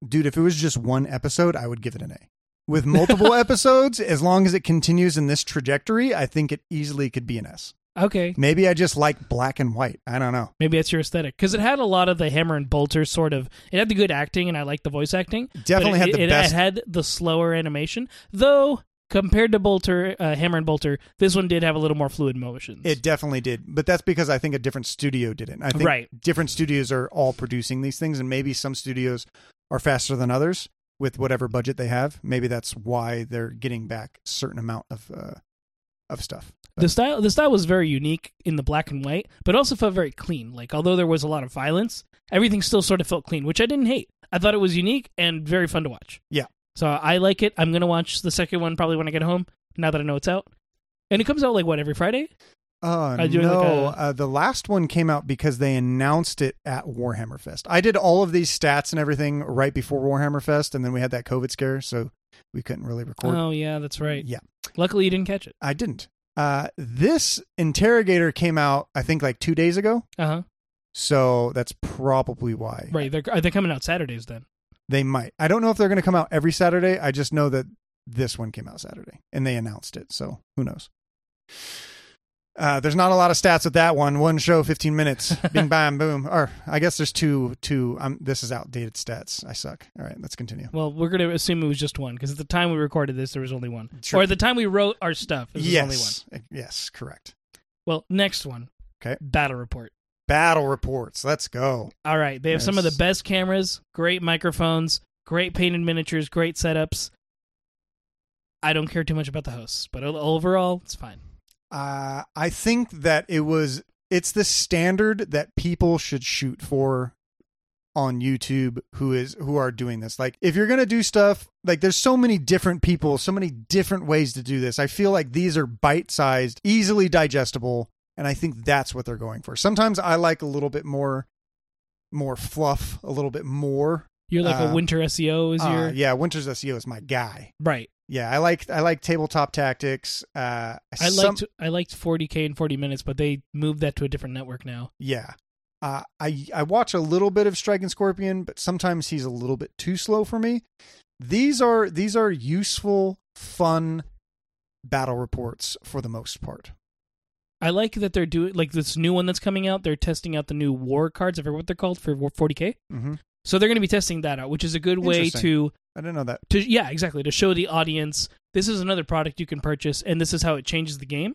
Speaker 4: dude! If it was just one episode, I would give it an A. With multiple episodes, as long as it continues in this trajectory, I think it easily could be an S.
Speaker 3: Okay,
Speaker 4: Maybe I just like black and white. I don't know.
Speaker 3: maybe that's your aesthetic because it had a lot of the hammer and bolter sort of. It had the good acting, and I liked the voice acting. but
Speaker 4: Definitely
Speaker 3: it,
Speaker 4: had the
Speaker 3: it,
Speaker 4: best-
Speaker 3: It had the slower animation, though. Compared to Bolter, uh, Hammer and Bolter, this one did have a little more fluid motions.
Speaker 4: It definitely did, but that's because I think a different studio did it. I think
Speaker 3: Right.
Speaker 4: different studios are all producing these things, and maybe some studios are faster than others with whatever budget they have. Maybe that's why they're getting back a certain amount of uh, of stuff.
Speaker 3: the style, the style was very unique in the black and white, but also felt very clean. Like although there was a lot of violence, everything still sort of felt clean, which I didn't hate. I thought it was unique and very fun to watch.
Speaker 4: Yeah.
Speaker 3: So I like it. I'm gonna watch the second one probably when I get home. Now that I know it's out, and it comes out like what every Friday.
Speaker 4: Oh
Speaker 3: Are you doing
Speaker 4: no!
Speaker 3: like a-
Speaker 4: uh, the last one came out because they announced it at Warhammer Fest. I did all of these stats and everything right before Warhammer Fest, and then we had that COVID scare, so we couldn't really record.
Speaker 3: Oh yeah, that's right.
Speaker 4: Yeah.
Speaker 3: Luckily, you didn't catch it.
Speaker 4: I didn't. Uh, this interrogator came out, I think, like two days ago.
Speaker 3: Uh huh.
Speaker 4: So that's probably why.
Speaker 3: Right. They're are they coming out Saturdays then?
Speaker 4: They might. I don't know if they're going to come out every Saturday. I just know that this one came out Saturday and they announced it. So who knows? Uh, there's not a lot of stats with that one. One show, 15 minutes. Bing, bam, boom. Or I guess there's two. Two. Um, this is outdated stats. I suck. All right, let's continue.
Speaker 3: Well, we're gonna assume it was just one because at the time we recorded this, there was only one.
Speaker 4: Sure.
Speaker 3: Or at the time we wrote our stuff, it was
Speaker 4: yes.
Speaker 3: only one.
Speaker 4: Yes. Correct.
Speaker 3: Well, next one.
Speaker 4: Okay.
Speaker 3: Battle report.
Speaker 4: Battle reports. Let's go.
Speaker 3: All right. They have some of the
Speaker 4: Yes.
Speaker 3: best cameras, great microphones, great painted miniatures, great setups. I don't care too much about the hosts, but o- overall, it's fine.
Speaker 4: Uh, I think that it was it's the standard that people should shoot for on YouTube who is who are doing this. Like if you're going to do stuff, like there's so many different people, so many different ways to do this. I feel like these are bite-sized, easily digestible, and I think that's what they're going for. Sometimes I like a little bit more more fluff, a little bit more.
Speaker 3: You're like
Speaker 4: Uh,
Speaker 3: a winter SEO is
Speaker 4: Uh,
Speaker 3: your
Speaker 4: yeah, Winter's SEO is my guy.
Speaker 3: right.
Speaker 4: Yeah, I like I like tabletop tactics. Uh,
Speaker 3: I
Speaker 4: some-
Speaker 3: liked I liked 40k in 40 minutes, but they moved that to a different network now.
Speaker 4: Yeah. Uh, I I watch a little bit of Strike and Scorpion, but sometimes he's a little bit too slow for me. These are these are useful, fun battle reports for the most part.
Speaker 3: I like that they're doing like this new one that's coming out. They're testing out the new war cards. I forget what they're called for war- 40k.
Speaker 4: Mm-hmm.
Speaker 3: So they're going to be testing that out, which is a good way
Speaker 4: Interesting.
Speaker 3: to
Speaker 4: I didn't know that.
Speaker 3: to yeah exactly to show the audience this is another product you can purchase and this is how it changes the game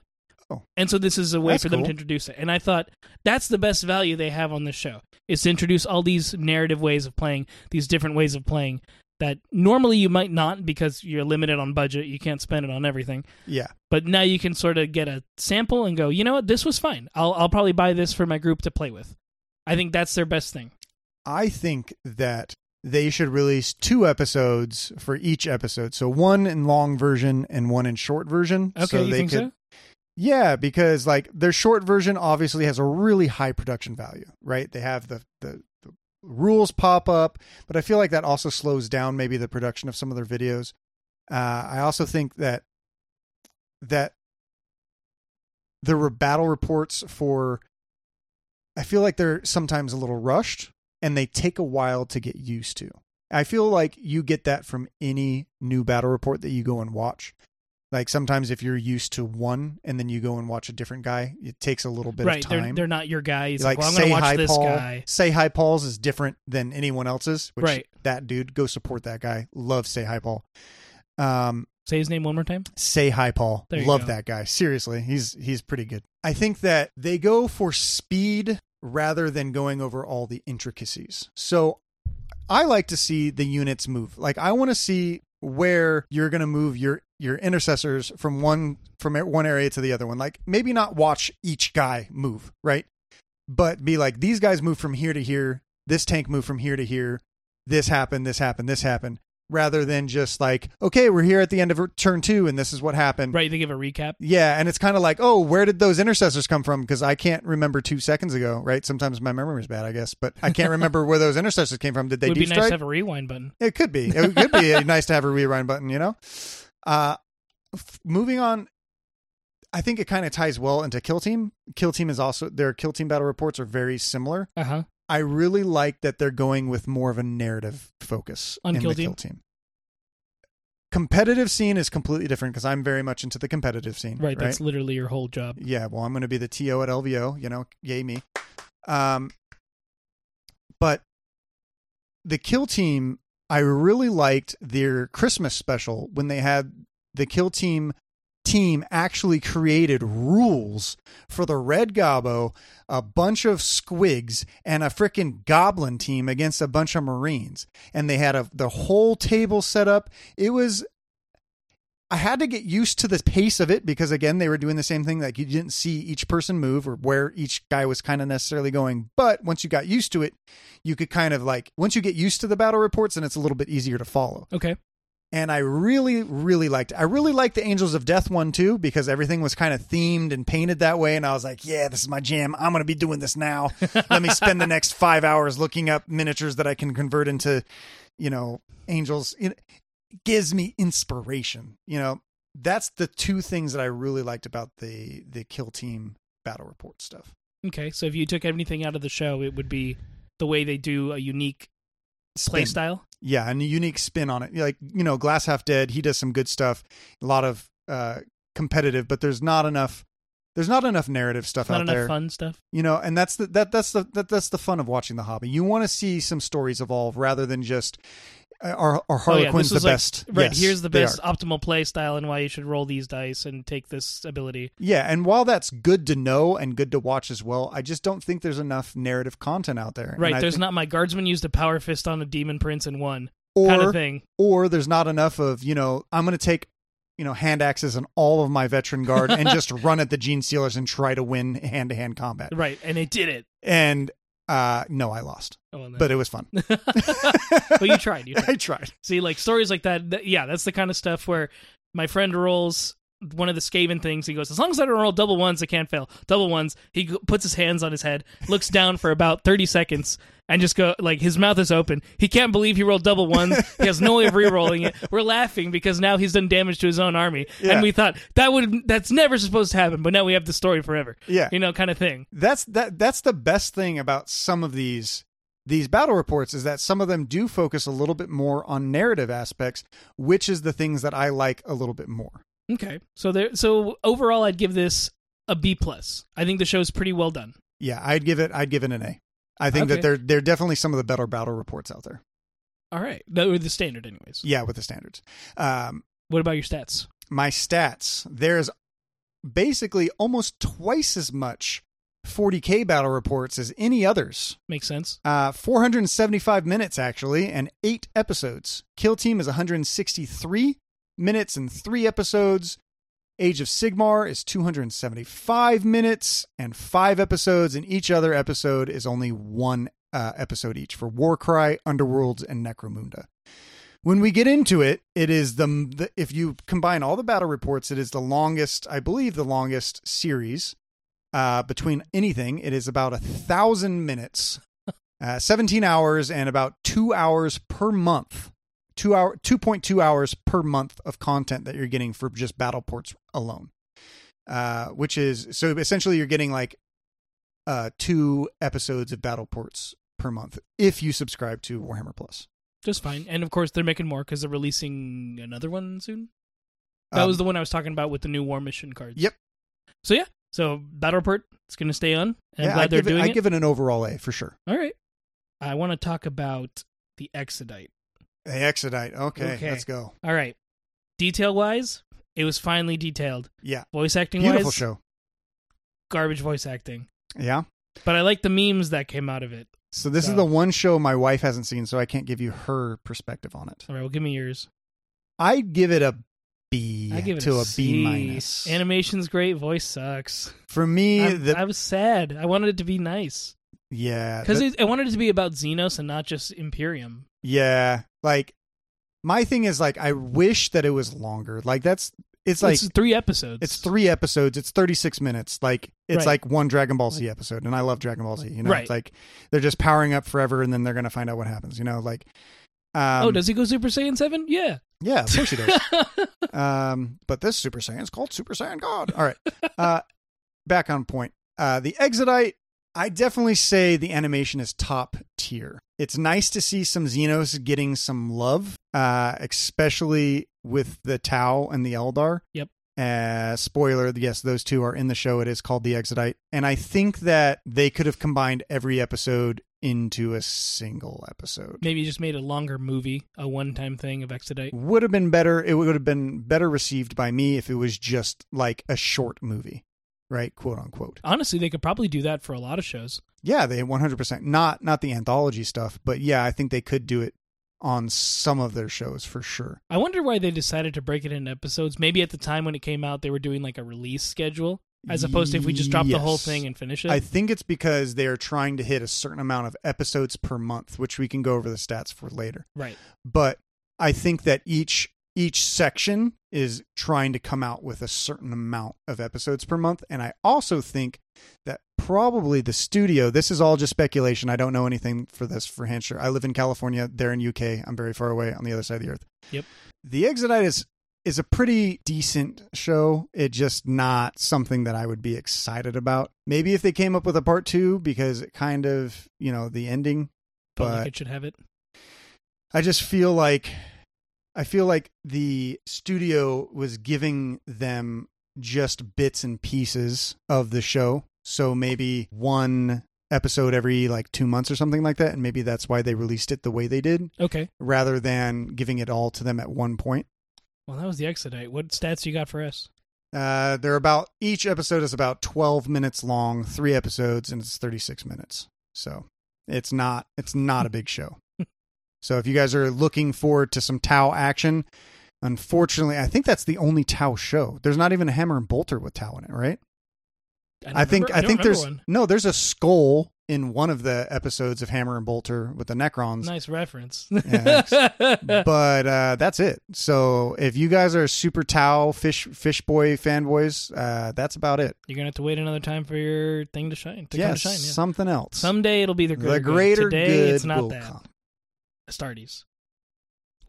Speaker 4: Oh.
Speaker 3: and so this is a way
Speaker 4: That's
Speaker 3: for them
Speaker 4: cool.
Speaker 3: to introduce it and i thought that's the best value they have on this show is to introduce all these narrative ways of playing these different ways of playing that normally you might not because you're limited on budget you can't spend it on everything
Speaker 4: Yeah,
Speaker 3: but now you can sort of get a sample and go you know what this was fine i'll, I'll probably buy this for my group to play with i think that's their best thing
Speaker 4: I think that they should release two episodes for each episode. So one in long version and one in short version.
Speaker 3: okay
Speaker 4: so
Speaker 3: you
Speaker 4: they
Speaker 3: think
Speaker 4: could
Speaker 3: so
Speaker 4: Yeah, because like their short version obviously has a really high production value, right? They have the the, the rules pop up, but I feel like that also slows down maybe the production of some of their videos. Uh, I also think that that there were battle reports for. I feel like they're sometimes a little rushed, and they take a while to get used to. I feel like you get that from any new battle report that you go and watch. Like sometimes if you're used to one and then you go and watch a different guy, it takes a little bit
Speaker 3: right
Speaker 4: of
Speaker 3: they're,
Speaker 4: time.
Speaker 3: they're not your guy He's
Speaker 4: You,
Speaker 3: like,
Speaker 4: like
Speaker 3: well i'm
Speaker 4: say
Speaker 3: gonna watch
Speaker 4: hi
Speaker 3: this
Speaker 4: Paul.
Speaker 3: guy
Speaker 4: Say hi Paul's is different than anyone else's. Which
Speaker 3: Right.
Speaker 4: That dude, go support that guy. Love say hi Paul. Um,
Speaker 3: Say his name one more time.
Speaker 4: say hi Paul.
Speaker 3: There you
Speaker 4: Love
Speaker 3: go.
Speaker 4: that guy. Seriously, he's he's pretty good. I think that they go for speed rather than going over all the intricacies. So I like to see the units move. Like I want to see where you're going to move your your intercessors from one from one area to the other one. Like maybe not watch each guy move, right? But be like these guys move from here to here. This tank moved from here to here. This happened. This happened. This happened. Rather than just like okay, we're here at the end of turn two, and this is what happened.
Speaker 3: Right, they give a recap.
Speaker 4: Yeah, and it's kind of like, oh, where did those intercessors come from? Because I can't remember two seconds ago, right? Sometimes my memory's bad, I guess, but I can't remember where those intercessors came from. Did they
Speaker 3: It would
Speaker 4: do
Speaker 3: be nice
Speaker 4: strike?
Speaker 3: to have a rewind button.
Speaker 4: It could be. It could be nice to have a rewind button, you know? Uh, f- moving on, I think it kind of ties well into Kill Team. Kill Team is also, their Kill Team battle reports are very similar.
Speaker 3: Uh huh.
Speaker 4: I really like that they're going with more of a narrative focus
Speaker 3: On
Speaker 4: in
Speaker 3: Kill
Speaker 4: the
Speaker 3: Team?
Speaker 4: Kill Team. Competitive scene is completely different because I'm very much into the competitive scene.
Speaker 3: Right, that's literally your whole job.
Speaker 4: Yeah, well, I'm going to be the TO at LVO, you know, yay me. Um, but the Kill Team, I really liked their Christmas special when they had the Kill Team team actually created rules for the Red Gobbo, a bunch of squigs, and a freaking goblin team against a bunch of Marines. And they had a the whole table set up. It was I had to get used to the pace of it because again they were doing the same thing like you didn't see each person move or where each guy was kind of necessarily going but once you got used to it you could kind of like once you get used to the battle reports then it's a little bit easier to follow
Speaker 3: Okay.
Speaker 4: and I really really liked I really liked the Angels of Death one too because everything was kind of themed and painted that way and I was like yeah this is my jam I'm going to be doing this now let me spend the next 5 hours looking up miniatures that I can convert into you know angels it gives me inspiration you know that's the two things that i really liked about the the kill team battle report stuff
Speaker 3: Okay. So if you took anything out of the show, it would be the way they do a unique play
Speaker 4: Spin.
Speaker 3: style.
Speaker 4: yeah and a unique spin on it like you know glass half dead he does some good stuff a lot of uh competitive but there's not enough there's not enough narrative stuff
Speaker 3: Not
Speaker 4: out
Speaker 3: enough
Speaker 4: there
Speaker 3: fun stuff.
Speaker 4: you know and that's the that that's the that, that's the fun of watching the hobby you want to see some stories evolve rather than just uh, are, are
Speaker 3: Oh, yeah,
Speaker 4: harlequin's
Speaker 3: this was
Speaker 4: the
Speaker 3: like-
Speaker 4: best
Speaker 3: Right.
Speaker 4: Yes,
Speaker 3: here's the
Speaker 4: they
Speaker 3: best
Speaker 4: are.
Speaker 3: optimal play style and why you should roll these dice and take this ability.
Speaker 4: Yeah, and while that's good to know and good to watch as well, I just don't think there's enough narrative content out there.
Speaker 3: Right.
Speaker 4: And I
Speaker 3: There's
Speaker 4: think-
Speaker 3: not my guardsman used a power fist on a demon prince and won
Speaker 4: or
Speaker 3: kind of thing.
Speaker 4: or there's not enough of you know I'm going to take you know hand axes and all of my veteran guard and just run at the gene stealers and try to win hand to hand combat.
Speaker 3: Right. And they did it.
Speaker 4: And uh no, I lost,
Speaker 3: Oh, well, then.
Speaker 4: but it was fun.
Speaker 3: but you tried. You tried.
Speaker 4: I tried.
Speaker 3: See, like stories like that, that. Yeah, that's the kind of stuff where my friend rolls one of the Skaven things. He goes, as long as I don't roll double ones, I can't fail. Double ones. He g- puts his hands on his head, looks down for about thirty seconds, and just go like his mouth is open. He can't believe he rolled double ones. he has no way of re-rolling it. We're laughing because now he's done damage to his own army,
Speaker 4: Yeah.
Speaker 3: and we thought that would that's never supposed to happen, but now we have the story forever.
Speaker 4: Yeah.
Speaker 3: you know, kind of thing.
Speaker 4: that's that that's the best thing about some of these these battle reports is that some of them do focus a little bit more on narrative aspects which is the things that i like a little bit more
Speaker 3: Okay, so there. So overall, I'd give this a B plus. I think the show's pretty well done.
Speaker 4: yeah i'd give it i'd give it an a i think
Speaker 3: Okay.
Speaker 4: that they're they're definitely some of the better battle reports out there
Speaker 3: All right, that was the standard, anyways.
Speaker 4: yeah with the standards um
Speaker 3: What about your stats?
Speaker 4: my stats there's basically almost twice as much 40k battle reports as any others
Speaker 3: Makes sense.
Speaker 4: Uh, 475 minutes actually, and eight episodes. Kill Team is 163 minutes and three episodes. Age of Sigmar is 275 minutes and five episodes, and each other episode is only one uh, episode each for Warcry, Underworlds, and Necromunda. When we get into it, it is the, the if you combine all the battle reports, it is the longest, I believe, the longest series uh, between anything. It is about a thousand minutes uh, 17 hours and about two hours per month two hour 2.2 hours per month of content that you're getting for just battleports alone uh, which is so essentially you're getting like uh, two episodes of battleports per month if you subscribe to warhammer plus
Speaker 3: Just fine. And of course, they're making more because they're releasing another one soon. That
Speaker 4: Um,
Speaker 3: was the one I was talking about with the new War Mission cards.
Speaker 4: Yep.
Speaker 3: So yeah. So Battle Report, it's going to stay on. And
Speaker 4: yeah,
Speaker 3: I'm glad
Speaker 4: I
Speaker 3: they're
Speaker 4: give
Speaker 3: doing
Speaker 4: it,
Speaker 3: it.
Speaker 4: i give it an overall a for sure
Speaker 3: All right. I want to talk about the Exodite.
Speaker 4: a exodite okay,
Speaker 3: Okay.
Speaker 4: let's go
Speaker 3: All right. Detail wise, it was finely detailed.
Speaker 4: yeah
Speaker 3: Voice acting
Speaker 4: beautiful
Speaker 3: wise,
Speaker 4: show
Speaker 3: garbage voice acting.
Speaker 4: yeah
Speaker 3: But I like the memes that came out of it.
Speaker 4: so this
Speaker 3: So-
Speaker 4: is the one show my wife hasn't seen so i can't give you her perspective on it
Speaker 3: All right. Well, give me yours.
Speaker 4: I'd give it a B
Speaker 3: I give it
Speaker 4: to
Speaker 3: a
Speaker 4: a B
Speaker 3: C.
Speaker 4: minus.
Speaker 3: Animation's great. Voice sucks.
Speaker 4: For me,
Speaker 3: I'm-
Speaker 4: the
Speaker 3: I was sad. I wanted it to be nice.
Speaker 4: yeah,
Speaker 3: Because
Speaker 4: the-
Speaker 3: I wanted it to be about Xenos and not just Imperium.
Speaker 4: yeah, like my thing is like I wish that it was longer. Like that's it's like
Speaker 3: it's three episodes.
Speaker 4: it's three episodes. It's thirty six minutes. Like it's
Speaker 3: Right.
Speaker 4: like one Dragon Ball Z episode, and I love Dragon Ball Z. You know,
Speaker 3: Right.
Speaker 4: it's like they're just powering up forever, and then they're gonna find out what happens. You know, like um,
Speaker 3: oh, does he go Super Saiyan Seven? Yeah.
Speaker 4: yeah, of course he does. Um, but this Super Saiyan's called Super Saiyan God. All right. Uh, back on point. Uh, the Exodite, I definitely say the animation is top tier. It's nice to see some Xenos getting some love, uh, especially with the Tau and the Eldar.
Speaker 3: Yep.
Speaker 4: Uh, spoiler, yes, those two are in the show. It is called The Exodite. And I think that they could have combined every episode into a single episode.
Speaker 3: Maybe he just made a longer movie, a one-time thing of Exodite.
Speaker 4: would have been better it would have been better received by me if it was just like a short movie right quote unquote
Speaker 3: Honestly, they could probably do that for a lot of shows.
Speaker 4: yeah they 100% not not the anthology stuff but yeah i think they could do it on some of their shows for sure
Speaker 3: I wonder why they decided to break it into episodes. Maybe at the time when it came out, they were doing like a release schedule, as opposed to if we just drop the whole
Speaker 4: Yes.
Speaker 3: thing and finish it.
Speaker 4: i think it's because they are trying to hit a certain amount of episodes per month which we can go over the stats for later
Speaker 3: right.
Speaker 4: but i think that each each section is trying to come out with a certain amount of episodes per month and i also think that probably the studio this is all just speculation i don't know anything for this for hampshire i live in california they're in uk i'm very far away on the other side of the earth
Speaker 3: Yep.
Speaker 4: the exodite is is a pretty decent show it just not something that i would be excited about maybe if they came up with a part two because it kind of you know the ending
Speaker 3: Felt
Speaker 4: but-
Speaker 3: like it should have it.
Speaker 4: I just feel like I feel like the studio was giving them just bits and pieces of the show. So maybe one episode every like 2 months or something like that and maybe that's why they released it the way they did
Speaker 3: Okay.
Speaker 4: rather than giving it all to them at one point.
Speaker 3: Well, that was the Exodite. What stats you got for us?
Speaker 4: Uh they're about each episode is about 12 minutes long, 3 episodes and it's 36 minutes. So it's not it's not a big show. so if you guys are looking forward to some Tau action, unfortunately, I think that's the only Tau show. There's not even a hammer and bolter with Tau in it, right?
Speaker 3: don't
Speaker 4: I think
Speaker 3: remember-
Speaker 4: I,
Speaker 3: don't
Speaker 4: think
Speaker 3: remember
Speaker 4: there's
Speaker 3: one.
Speaker 4: no there's a skull in one of the episodes of Hammer and Bolter with the Necrons.
Speaker 3: Nice reference.
Speaker 4: but uh, that's it. So if you guys are super Tau fish fish boy fanboys, uh, that's about it.
Speaker 3: You're gonna have to wait another time for your thing to shine. To come
Speaker 4: yes,
Speaker 3: to shine. Yeah.
Speaker 4: something else.
Speaker 3: Someday it'll be the greater.
Speaker 4: the greater
Speaker 3: good. Today
Speaker 4: good
Speaker 3: it's not
Speaker 4: will
Speaker 3: that.
Speaker 4: come.
Speaker 3: Astartes.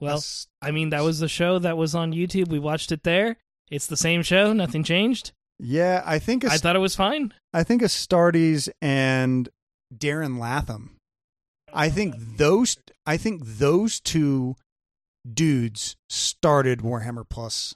Speaker 3: Well,
Speaker 4: That's-
Speaker 3: I mean that was the show that was on YouTube. We watched it there. It's the same show. Nothing changed.
Speaker 4: yeah, I think
Speaker 3: I
Speaker 4: Ast-
Speaker 3: thought it was fine.
Speaker 4: I think Astartes and Darren Latham. I think those I think those two dudes started Warhammer Plus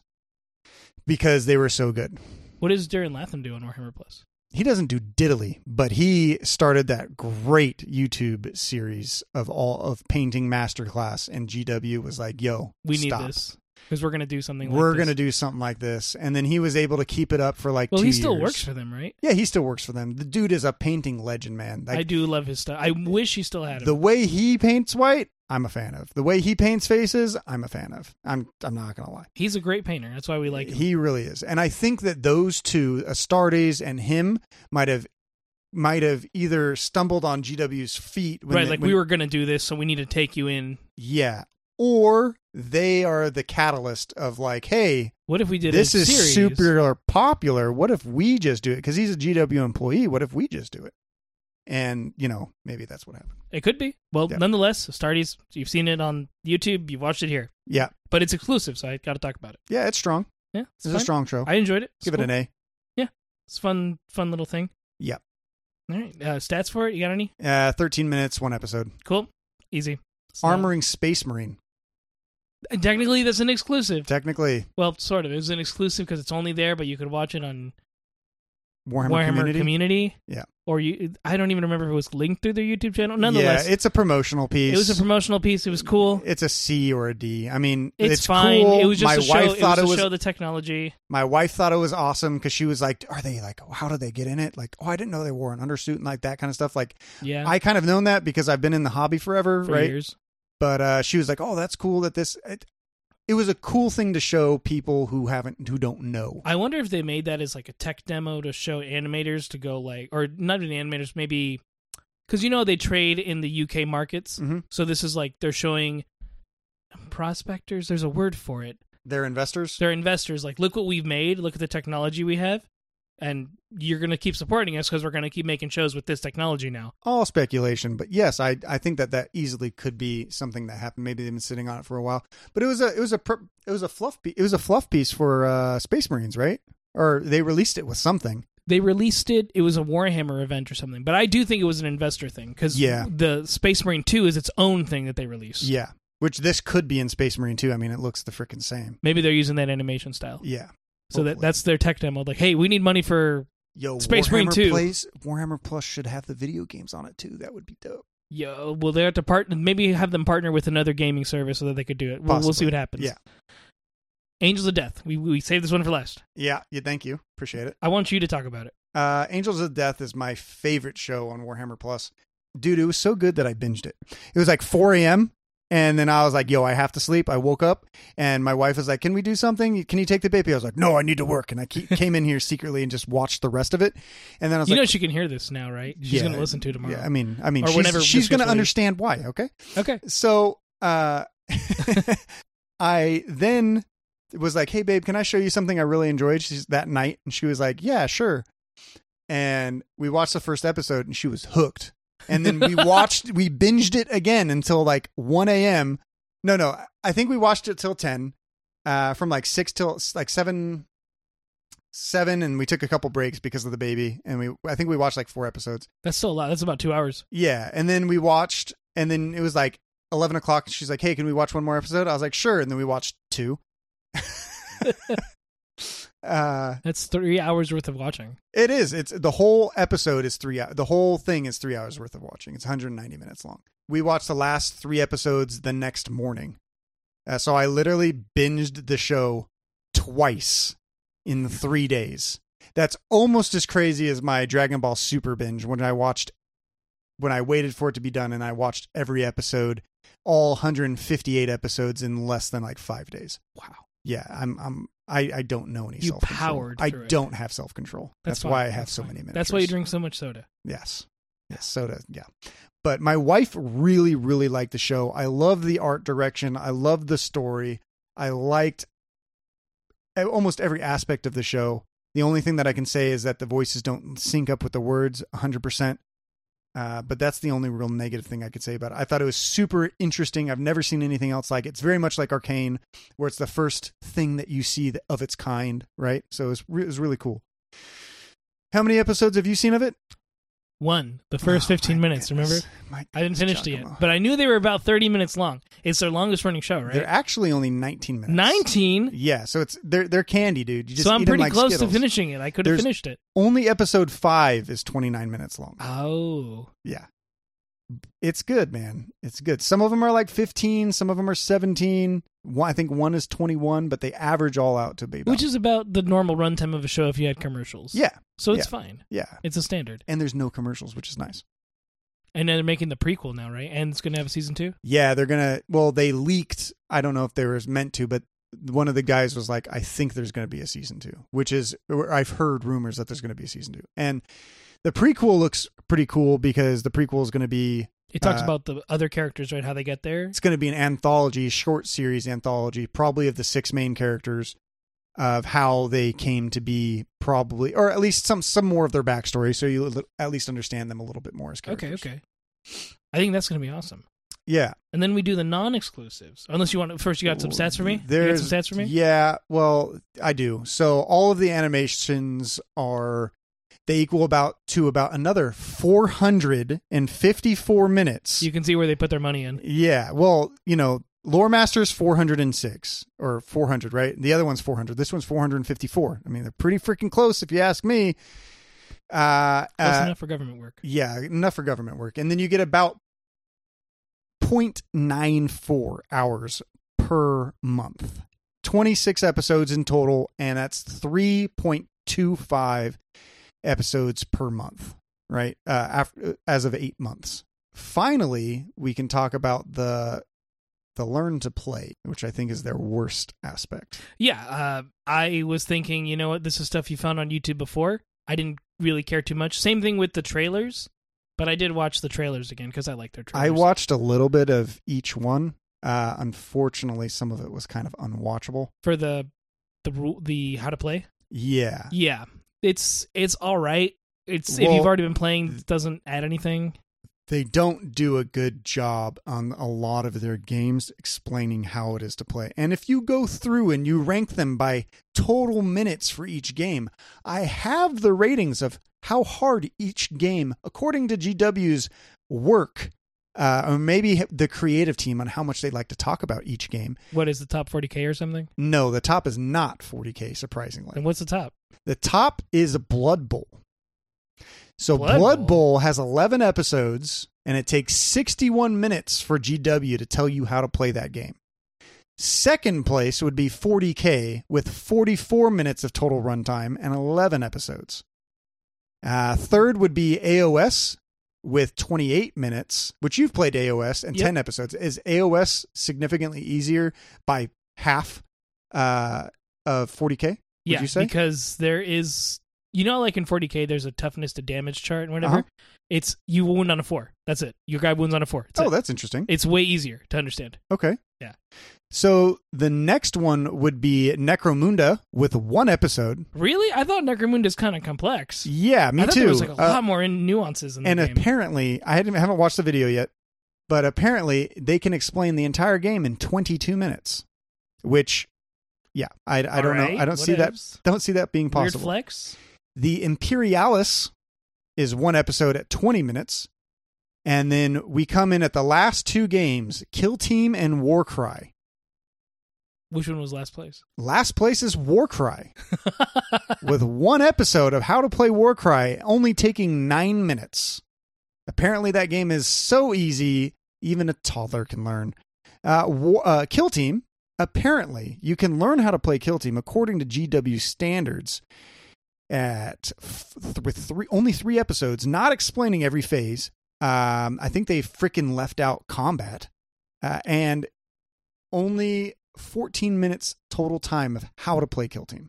Speaker 4: because they were so good.
Speaker 3: What does Darren Latham do on Warhammer Plus?
Speaker 4: He doesn't do diddly, but he started that great YouTube series of all of painting masterclass and GW was like, "Yo,
Speaker 3: We need
Speaker 4: stop.
Speaker 3: this because we're gonna do something.
Speaker 4: We're
Speaker 3: like
Speaker 4: going to
Speaker 3: This.
Speaker 4: do something like this." And then he was able to keep it up for like
Speaker 3: Well,
Speaker 4: 2
Speaker 3: he still
Speaker 4: years.
Speaker 3: works for them, right?
Speaker 4: Yeah, he still works for them. The dude is a painting legend, man. Like,
Speaker 3: I do love his stuff. I wish he still had him.
Speaker 4: the way he paints white, I'm a fan of. The way he paints faces, I'm a fan of. I'm I'm not gonna lie.
Speaker 3: He's a great painter. That's why we like him.
Speaker 4: he really is. And I think that those two, Astartes and him, might have might have either stumbled on GW's feet when
Speaker 3: right,
Speaker 4: they-
Speaker 3: like
Speaker 4: when-
Speaker 3: we were gonna do this, so we need to take you in.
Speaker 4: Yeah. Or they are the catalyst of like, hey,
Speaker 3: What if we did
Speaker 4: this
Speaker 3: a
Speaker 4: is
Speaker 3: series?
Speaker 4: super popular. What if we just do it? Because he's a GW employee. What if we just do it? And you know, maybe that's what happened.
Speaker 3: It could be. Well,
Speaker 4: Yeah.
Speaker 3: nonetheless, Astartes. You've seen it on YouTube. You've watched it here,
Speaker 4: Yeah,
Speaker 3: but it's exclusive, so I got to talk about it.
Speaker 4: yeah, it's strong.
Speaker 3: Yeah, it's,
Speaker 4: It's, a
Speaker 3: fine.
Speaker 4: strong show.
Speaker 3: I enjoyed it. It's
Speaker 4: Give it
Speaker 3: cool.
Speaker 4: an A.
Speaker 3: It's fun, fun little thing.
Speaker 4: Yep.
Speaker 3: All right. Uh, stats for it? You got any?
Speaker 4: Uh, 13 minutes, one episode.
Speaker 3: Cool. Easy. It's not-
Speaker 4: Armoring Space Marine.
Speaker 3: Uh, Technically, that's an exclusive.
Speaker 4: Technically,
Speaker 3: Well, sort of. It was an exclusive because it's only there, but you could watch it on
Speaker 4: Warhammer,
Speaker 3: Warhammer
Speaker 4: Community.
Speaker 3: Community.
Speaker 4: Yeah.
Speaker 3: Or you? I don't even remember if it was linked through their YouTube channel. Nonetheless,
Speaker 4: yeah, it's a promotional piece.
Speaker 3: it was a promotional piece. It was cool.
Speaker 4: It's a C or a D. I mean,
Speaker 3: It's, fine.
Speaker 4: cool.
Speaker 3: It was just a
Speaker 4: my
Speaker 3: show. it
Speaker 4: wife
Speaker 3: was
Speaker 4: thought
Speaker 3: a
Speaker 4: it was.
Speaker 3: show the technology.
Speaker 4: my wife thought it was awesome because she was like, "Are they like? How did they get in it? Like, oh, I didn't know they wore an undersuit and like that kind of stuff. Like,
Speaker 3: Yeah.
Speaker 4: I kind of known that because I've been in the hobby forever,
Speaker 3: for
Speaker 4: right?
Speaker 3: years.
Speaker 4: But uh, she was like, "Oh, that's cool that this." It, it was a cool thing to show people who haven't who don't know.
Speaker 3: I wonder if they made that as like a tech demo to show animators to go like, or not even animators, maybe because you know they trade in the UK markets.
Speaker 4: Mhm.
Speaker 3: So this is like they're showing prospectors. There's a word for it.
Speaker 4: They're investors.
Speaker 3: They're investors. Like, look what we've made. Look at the technology we have, and you're gonna keep supporting us because we're gonna keep making shows with this technology now.
Speaker 4: all speculation, but yes, I, I think that that easily could be something that happened. Maybe they've been sitting on it for a while, but it was a it was a pr- it was a fluff piece. It was a fluff piece for uh, Space Marines, right? Or they released it with something.
Speaker 3: They released it. It was a Warhammer event or something, but I do think it was an investor thing because
Speaker 4: Yeah.
Speaker 3: the Space Marine Two is its own thing that they released.
Speaker 4: Yeah, which this could be in Space Marine too. I mean, it looks the freaking same.
Speaker 3: Maybe they're using that animation style.
Speaker 4: Yeah.
Speaker 3: So that
Speaker 4: Hopefully.
Speaker 3: that's their tech demo. Like, hey, we need money for
Speaker 4: Yo,
Speaker 3: Space Marine
Speaker 4: Warhammer
Speaker 3: 2.
Speaker 4: Plays, Warhammer Plus should have the video games on it too. That would be dope.
Speaker 3: yo. Well, they have to partner. Maybe have them partner with another gaming service so that they could do it. We'll, we'll see
Speaker 4: Possibly.
Speaker 3: what happens.
Speaker 4: Yeah.
Speaker 3: Angels of Death. We we saved this one for last.
Speaker 4: Yeah. Yeah. Thank you. Appreciate it.
Speaker 3: I want you to talk about it.
Speaker 4: Uh, Angels of Death is my favorite show on Warhammer Plus. Dude, it was so good that I binged it. It was like 4 a.m. And then I was like, yo, I have to sleep. I woke up and my wife was like, can we do something? Can you take the baby? I was like, no, I need to work. And I ke- came in here secretly and just watched the rest of it. And then I was
Speaker 3: You know
Speaker 4: like,
Speaker 3: she can hear this now, right? She's
Speaker 4: yeah,
Speaker 3: gonna listen to it tomorrow.
Speaker 4: Yeah, I mean, I mean,
Speaker 3: Or
Speaker 4: she's,
Speaker 3: whenever
Speaker 4: she's
Speaker 3: this
Speaker 4: going to
Speaker 3: gets released.
Speaker 4: understand why. Okay.
Speaker 3: okay.
Speaker 4: So uh, I then was like, "Hey, babe, can I show you something I really enjoyed?" She's that night, and she was like, "Yeah, sure." And we watched the first episode, and she was hooked. And then we watched, we binged it again until like one a.m. No, no, I think we watched it till ten, uh, from like six till like seven. Seven, and we took a couple breaks because of the baby, and we I think we watched like four episodes.
Speaker 3: That's still a lot. That's about two hours.
Speaker 4: Yeah, and then we watched, and then it was like eleven o'clock. And she's like, "Hey, can we watch one more episode?" I was like, "Sure." And then we watched two. uh,
Speaker 3: That's three hours worth of watching.
Speaker 4: it is. It's the whole episode is three. hou- The whole thing is three hours worth of watching. It's 190 minutes long. We watched the last three episodes the next morning. Uh, so I literally binged the show twice in three days. That's almost as crazy as my Dragon Ball Super binge when I watched when I waited for it to be done and I watched every episode, all 158 episodes in less than like five days.
Speaker 3: Wow.
Speaker 4: Yeah, I'm I'm I, I don't know any
Speaker 3: You
Speaker 4: self control.
Speaker 3: powered
Speaker 4: I
Speaker 3: through it.
Speaker 4: don't have self control. That's,
Speaker 3: fine.
Speaker 4: why I have
Speaker 3: That's
Speaker 4: so
Speaker 3: fine.
Speaker 4: many minutes.
Speaker 3: That's why you drink so much soda.
Speaker 4: Yes. soda. Yeah. But my wife really, really liked the show. I love the art direction. I love the story. I liked almost every aspect of the show. The only thing that I can say is that the voices don't sync up with the words 100%. Uh, but that's the only real negative thing I could say about it. I thought it was super interesting. I've never seen anything else like it. It's very much like Arcane, where it's the first thing that you see th- of its kind, right? So it was, re- it was really cool. How many episodes have you seen of it?
Speaker 3: One, the first
Speaker 4: Oh,
Speaker 3: 15
Speaker 4: my
Speaker 3: minutes,
Speaker 4: goodness.
Speaker 3: remember?
Speaker 4: My
Speaker 3: I didn't
Speaker 4: goodness,
Speaker 3: finish it yet,
Speaker 4: Giacomo.
Speaker 3: but I knew they were about 30 minutes long. It's their longest running show,
Speaker 4: They're
Speaker 3: right?
Speaker 4: actually only 19 minutes.
Speaker 3: 19.
Speaker 4: Yeah, so it's they're they're candy, dude. You just
Speaker 3: So I'm
Speaker 4: eat 'em
Speaker 3: pretty
Speaker 4: like
Speaker 3: close
Speaker 4: Skittles.
Speaker 3: to finishing it. I could have
Speaker 4: There's-
Speaker 3: finished it.
Speaker 4: Only episode 5 is 29 minutes long.
Speaker 3: Oh.
Speaker 4: Yeah. It's good, man. It's good. Some of them are like 15, some of them are 17. One, I think one is 21, but they average all out to be about.
Speaker 3: Which is about the normal runtime of a show if you had commercials.
Speaker 4: Yeah,
Speaker 3: So it's
Speaker 4: yeah.
Speaker 3: fine.
Speaker 4: yeah.
Speaker 3: It's a standard.
Speaker 4: And there's no commercials, which is nice.
Speaker 3: And then they're making the prequel now, right? And it's going to have a season two?
Speaker 4: Yeah, they're going to well, they leaked, I don't know if they were meant to, but one of the guys was like, I think there's going to be a season 2, which is or I've heard rumors that there's going to be a season 2. And the prequel looks pretty cool because the prequel is going to be
Speaker 3: It talks
Speaker 4: Uh,
Speaker 3: about the other characters, right? How they get there.
Speaker 4: it's going to be an anthology, short series anthology, probably of the six main characters of how they came to be, probably, or at least some some more of their backstory, so you l- at least understand them a little bit more as
Speaker 3: Okay,
Speaker 4: characters.
Speaker 3: okay. I think that's going to be awesome.
Speaker 4: yeah.
Speaker 3: And then we do the non-exclusives. Unless you want to, first you got some stats for me? you got
Speaker 4: There's
Speaker 3: some stats for me?
Speaker 4: Yeah, well, I do. So all of the animations are they equal about to about another four hundred and fifty four minutes.
Speaker 3: You can see where they put their money in.
Speaker 4: Yeah. Well, you know, Lore Master's 406 or 400, right? The other one's 400. This one's 454. I mean, they're pretty freaking close if you ask me. Uh,
Speaker 3: That's
Speaker 4: uh,
Speaker 3: enough for government work.
Speaker 4: yeah, enough for government work. And then you get about 0.94 hours per month. 26 episodes in total, and that's 3.25 episodes per month, right? Uh, after, as of eight months. Finally, we can talk about the the learn to play, which I think is their worst aspect.
Speaker 3: Yeah, uh, I was thinking, you know what, this is stuff you found on YouTube before. I didn't really care too much. Same thing with the trailers, but I did watch the trailers again because I like their trailers.
Speaker 4: I watched a little bit of each one. Uh, unfortunately, some of it was kind of unwatchable.
Speaker 3: for the the rule the how to play.
Speaker 4: Yeah.
Speaker 3: Yeah, it's it's all right. It's if you've
Speaker 4: Well-
Speaker 3: already been playing, it doesn't add anything.
Speaker 4: they don't do a good job on a lot of their games explaining how it is to play. And if you go through and you rank them by total minutes for each game, I have the ratings of how hard each game, according to GW's work, uh, or maybe the creative team on how much they like to talk about each game.
Speaker 3: What is the top 40k or something?
Speaker 4: No, the top is not 40K, surprisingly.
Speaker 3: And what's the top?
Speaker 4: The top is Blood Bowl. So
Speaker 3: Blood
Speaker 4: Blood,
Speaker 3: Bowl?
Speaker 4: Bowl. has 11 episodes and it takes 61 minutes for GW to tell you how to play that game. Second place would be 40K with 44 minutes of total runtime and 11 episodes. Uh, third would be AOS with 28 minutes, which you've played AOS and
Speaker 3: Yep.
Speaker 4: 10 episodes. Is AOS significantly easier by half uh, of 40K? Would
Speaker 3: yeah,
Speaker 4: you say?
Speaker 3: because there is you know like in 40k there's a toughness to damage chart and whatever.
Speaker 4: Uh-huh.
Speaker 3: It's you wound on a four. That's it. Your guy wounds on a four. That's
Speaker 4: oh,
Speaker 3: it.
Speaker 4: that's interesting.
Speaker 3: it's way easier to understand.
Speaker 4: Okay.
Speaker 3: Yeah.
Speaker 4: So the next one would be Necromunda with one episode.
Speaker 3: Really, I thought Necromunda is kind of complex.
Speaker 4: Yeah, me
Speaker 3: I thought
Speaker 4: too.
Speaker 3: There was like a
Speaker 4: Uh,
Speaker 3: lot more in nuances in the
Speaker 4: and
Speaker 3: game.
Speaker 4: apparently, I hadn't- haven't watched the video yet, but apparently they can explain the entire game in 22 minutes, which, yeah, I, I don't know. I don't see that. Don't see that being
Speaker 3: Weird
Speaker 4: possible.
Speaker 3: flex.
Speaker 4: The Imperialis is one episode at 20 minutes. And then we come in at the last two games Kill Team and Warcry.
Speaker 3: Which one was last place?
Speaker 4: Last place is Warcry. with one episode of How to Play Warcry only taking nine minutes. Apparently, that game is so easy, even a toddler can learn. Uh, Wa- uh, Kill Team, apparently, you can learn how to play Kill Team according to GW standards at f- th- with three only three episodes, not explaining every phase. Um, I think they frickin' left out combat, uh, and only 14 minutes total time of how to play Kill Team.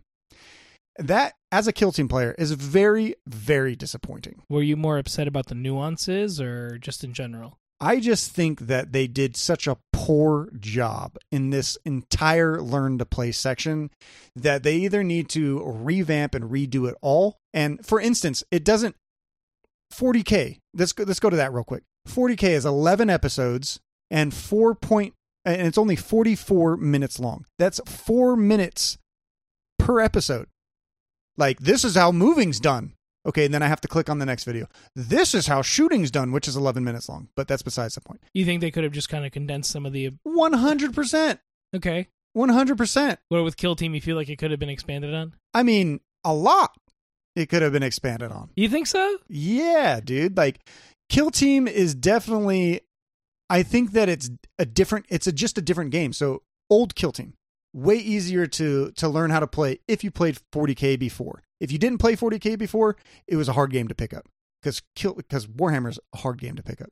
Speaker 4: That as a kill team player is very very disappointing.
Speaker 3: Were you more upset about the nuances or just in general?
Speaker 4: I just think that they did such a poor job in this entire learn to play section that they either need to revamp and redo it all. And for instance, it doesn't 40k. Let's go, let's go to that real quick. 40k is 11 episodes and 4 point and it's only 44 minutes long. That's 4 minutes per episode. Like this is how moving's done. Okay, and then I have to click on the next video. This is how shooting's done, which is 11 minutes long, but that's besides the point.
Speaker 3: You think they could have just kind of condensed some of the
Speaker 4: 100%.
Speaker 3: okay?
Speaker 4: 100%.
Speaker 3: What with Kill Team, you feel like it could have been expanded on?
Speaker 4: I mean, a lot it could have been expanded on.
Speaker 3: You think so?
Speaker 4: Yeah, dude. Like Kill Team is definitely I think that it's a different it's a, just a different game. So old Kill Team, way easier to to learn how to play if you played 40K before. If you didn't play 40K before, it was a hard game to pick up cuz kill cuz Warhammer's a hard game to pick up.